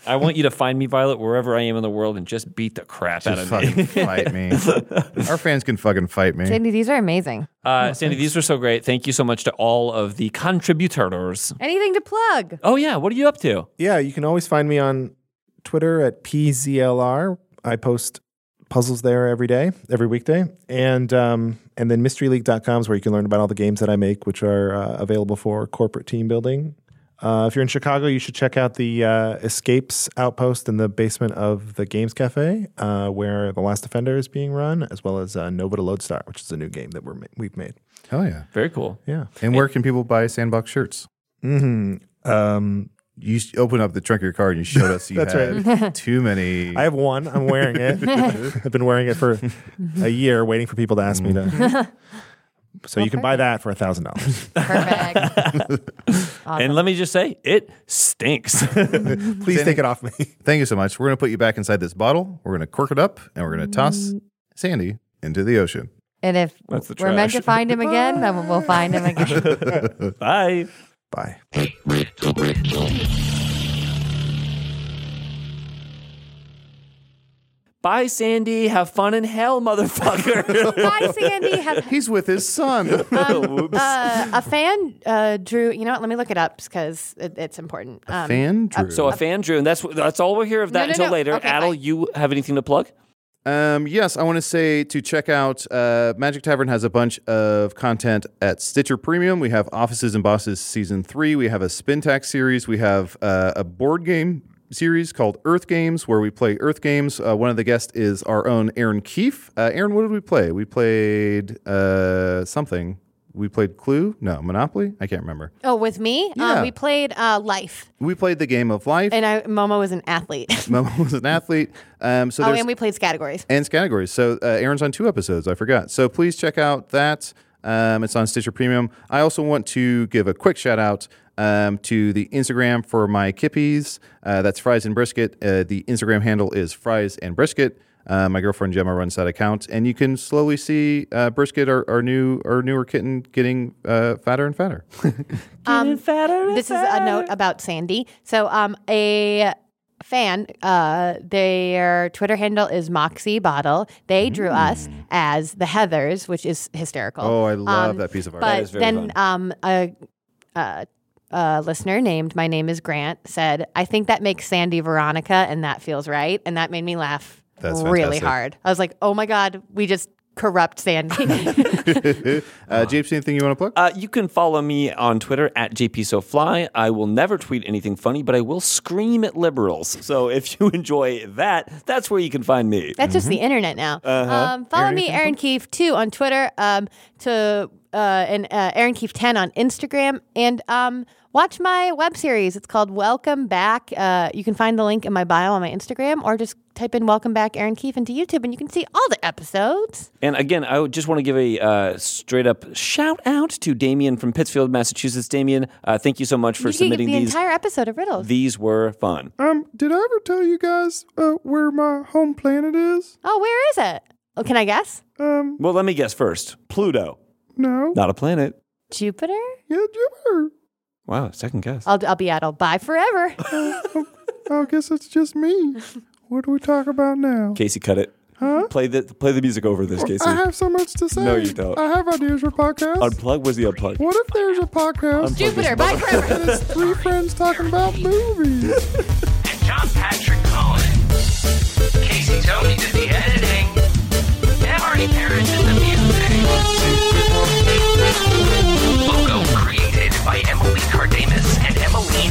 I want you to find me, Violet, wherever I am in the world, and just beat the crap Just out of me. fucking fight me. Our fans can fucking fight me. Sydney, these are amazing. Uh, Sandy, these were so great. Thank you so much to all of the contributors. Anything to plug? Oh yeah, what are you up to? Yeah, you can always find me on Twitter at PZLR. I post puzzles there every day, every weekday. And um, and then mysteryleague.com is where you can learn about all the games that I make, which are uh, available for corporate team building. Uh, if you're in Chicago, you should check out the uh, Escapes Outpost in the basement of the Games Cafe, uh, where The Last Defender is being run, as well as uh, Nova to Lodestar, which is a new game that we're ma- we've made. Hell yeah. Very cool. Yeah. And where can people buy sandbox shirts? hmm Um, You s- open up the trunk of your car and you showed us you That's had too many. I have one. I'm wearing it. I've been wearing it for a year, waiting for people to ask me to. So you can buy that for a thousand dollars. Perfect. And let me just say, it stinks. Please take it off me. Thank you so much. We're going to put you back inside this bottle. We're going to cork it up and we're going to toss Sandy into the ocean. and if That's the we're meant to trash. find him again, then we'll find him again. Bye. Bye. Bye, Sandy. Have fun in hell, motherfucker. Bye, Sandy. Have, He's with his son. um, uh, a fan uh, drew. You know what? Let me look it up because it, it's important. Um, Fan Drew. uh, so a fan drew, and that's that's all we'll hear of that No, no, until no. later. Okay, Adel, bye. you have anything to plug? Um, yes, I want to say to check out uh, Magic Tavern has a bunch of content at Stitcher Premium. We have Offices and Bosses season three. We have a Spin Tax series. We have uh, a board game series called Earth Games, where we play Earth games. Uh, one of the guests is our own Aaron Keefe. Uh, Aaron, what did we play? We played uh, something. We played Clue. No, Monopoly. I can't remember. Oh, with me, Yeah. um, we played uh, Life, We played the game of life. and I, Momo was an athlete. Momo was an athlete. Um, so oh, there's and we played categories. and it's categories. So uh, Aaron's on two episodes. I forgot. So please check out that. Um, it's on Stitcher Premium. I also want to give a quick shout out um, to the Instagram for my kippies. Uh, that's fries and brisket. Uh, the Instagram handle is fries and brisket. Uh, my girlfriend Gemma runs that account, and you can slowly see uh, brisket, our, our new, our newer kitten, getting uh, fatter and fatter. Um, this is a note about Sandy. So, um, a fan, uh, their Twitter handle is Moxie Bottle. They drew us as the Heathers, which is hysterical. Hmm. Oh, I love that piece of art. Um, But That is very then um, a, a, a listener named My Name is Grant said, I think that makes Sandy Veronica, and that feels right. And that made me laugh That's really fantastic. hard. I was like, oh my God, we just corrupt Sandy. uh, Japes, anything you want to plug? Uh, you can follow me on Twitter at JPSoFly. I will never tweet anything funny, but I will scream at liberals. So if you enjoy that, that's where you can find me. That's just the internet now. Uh-huh. Um, follow Aaron, me, anything Aaron Keefe, too, on Twitter, um, to uh, and uh, Aaron Keefe ten on Instagram, and um, watch my web series. It's called Welcome Back. Uh, you can find the link in my bio on my Instagram, or just type in Welcome Back Aaron Keefe into YouTube, and you can see all the episodes. And again, I would just want to give a uh, straight up shout out to Damien from Pittsfield, Massachusetts. Damien, uh, thank you so much for you can get submitting the these. entire episode of riddles. these were fun. Um, did I ever tell you guys uh, where my home planet is? oh, where is it? Oh, can I guess? Um, Well, let me guess first Pluto, no. not a planet. Jupiter. Yeah, Jupiter. Wow, second guess. I'll, I'll be at. I'll bye forever. I guess it's just me. What do we talk about now? Casey, cut it. Huh? Play the play the music over this, Casey. I uh-huh. have so much to say. No, you don't. I have ideas for podcasts. Unplug. Where's the unplug? what if there's a Unplug this podcast? Jupiter, bye mother- forever. And it's three friends talking about movies. John Patrick Cohen. Casey Tony did the editing. And Marty Parrish did the music. Logo created by Emily Cardamus and Emily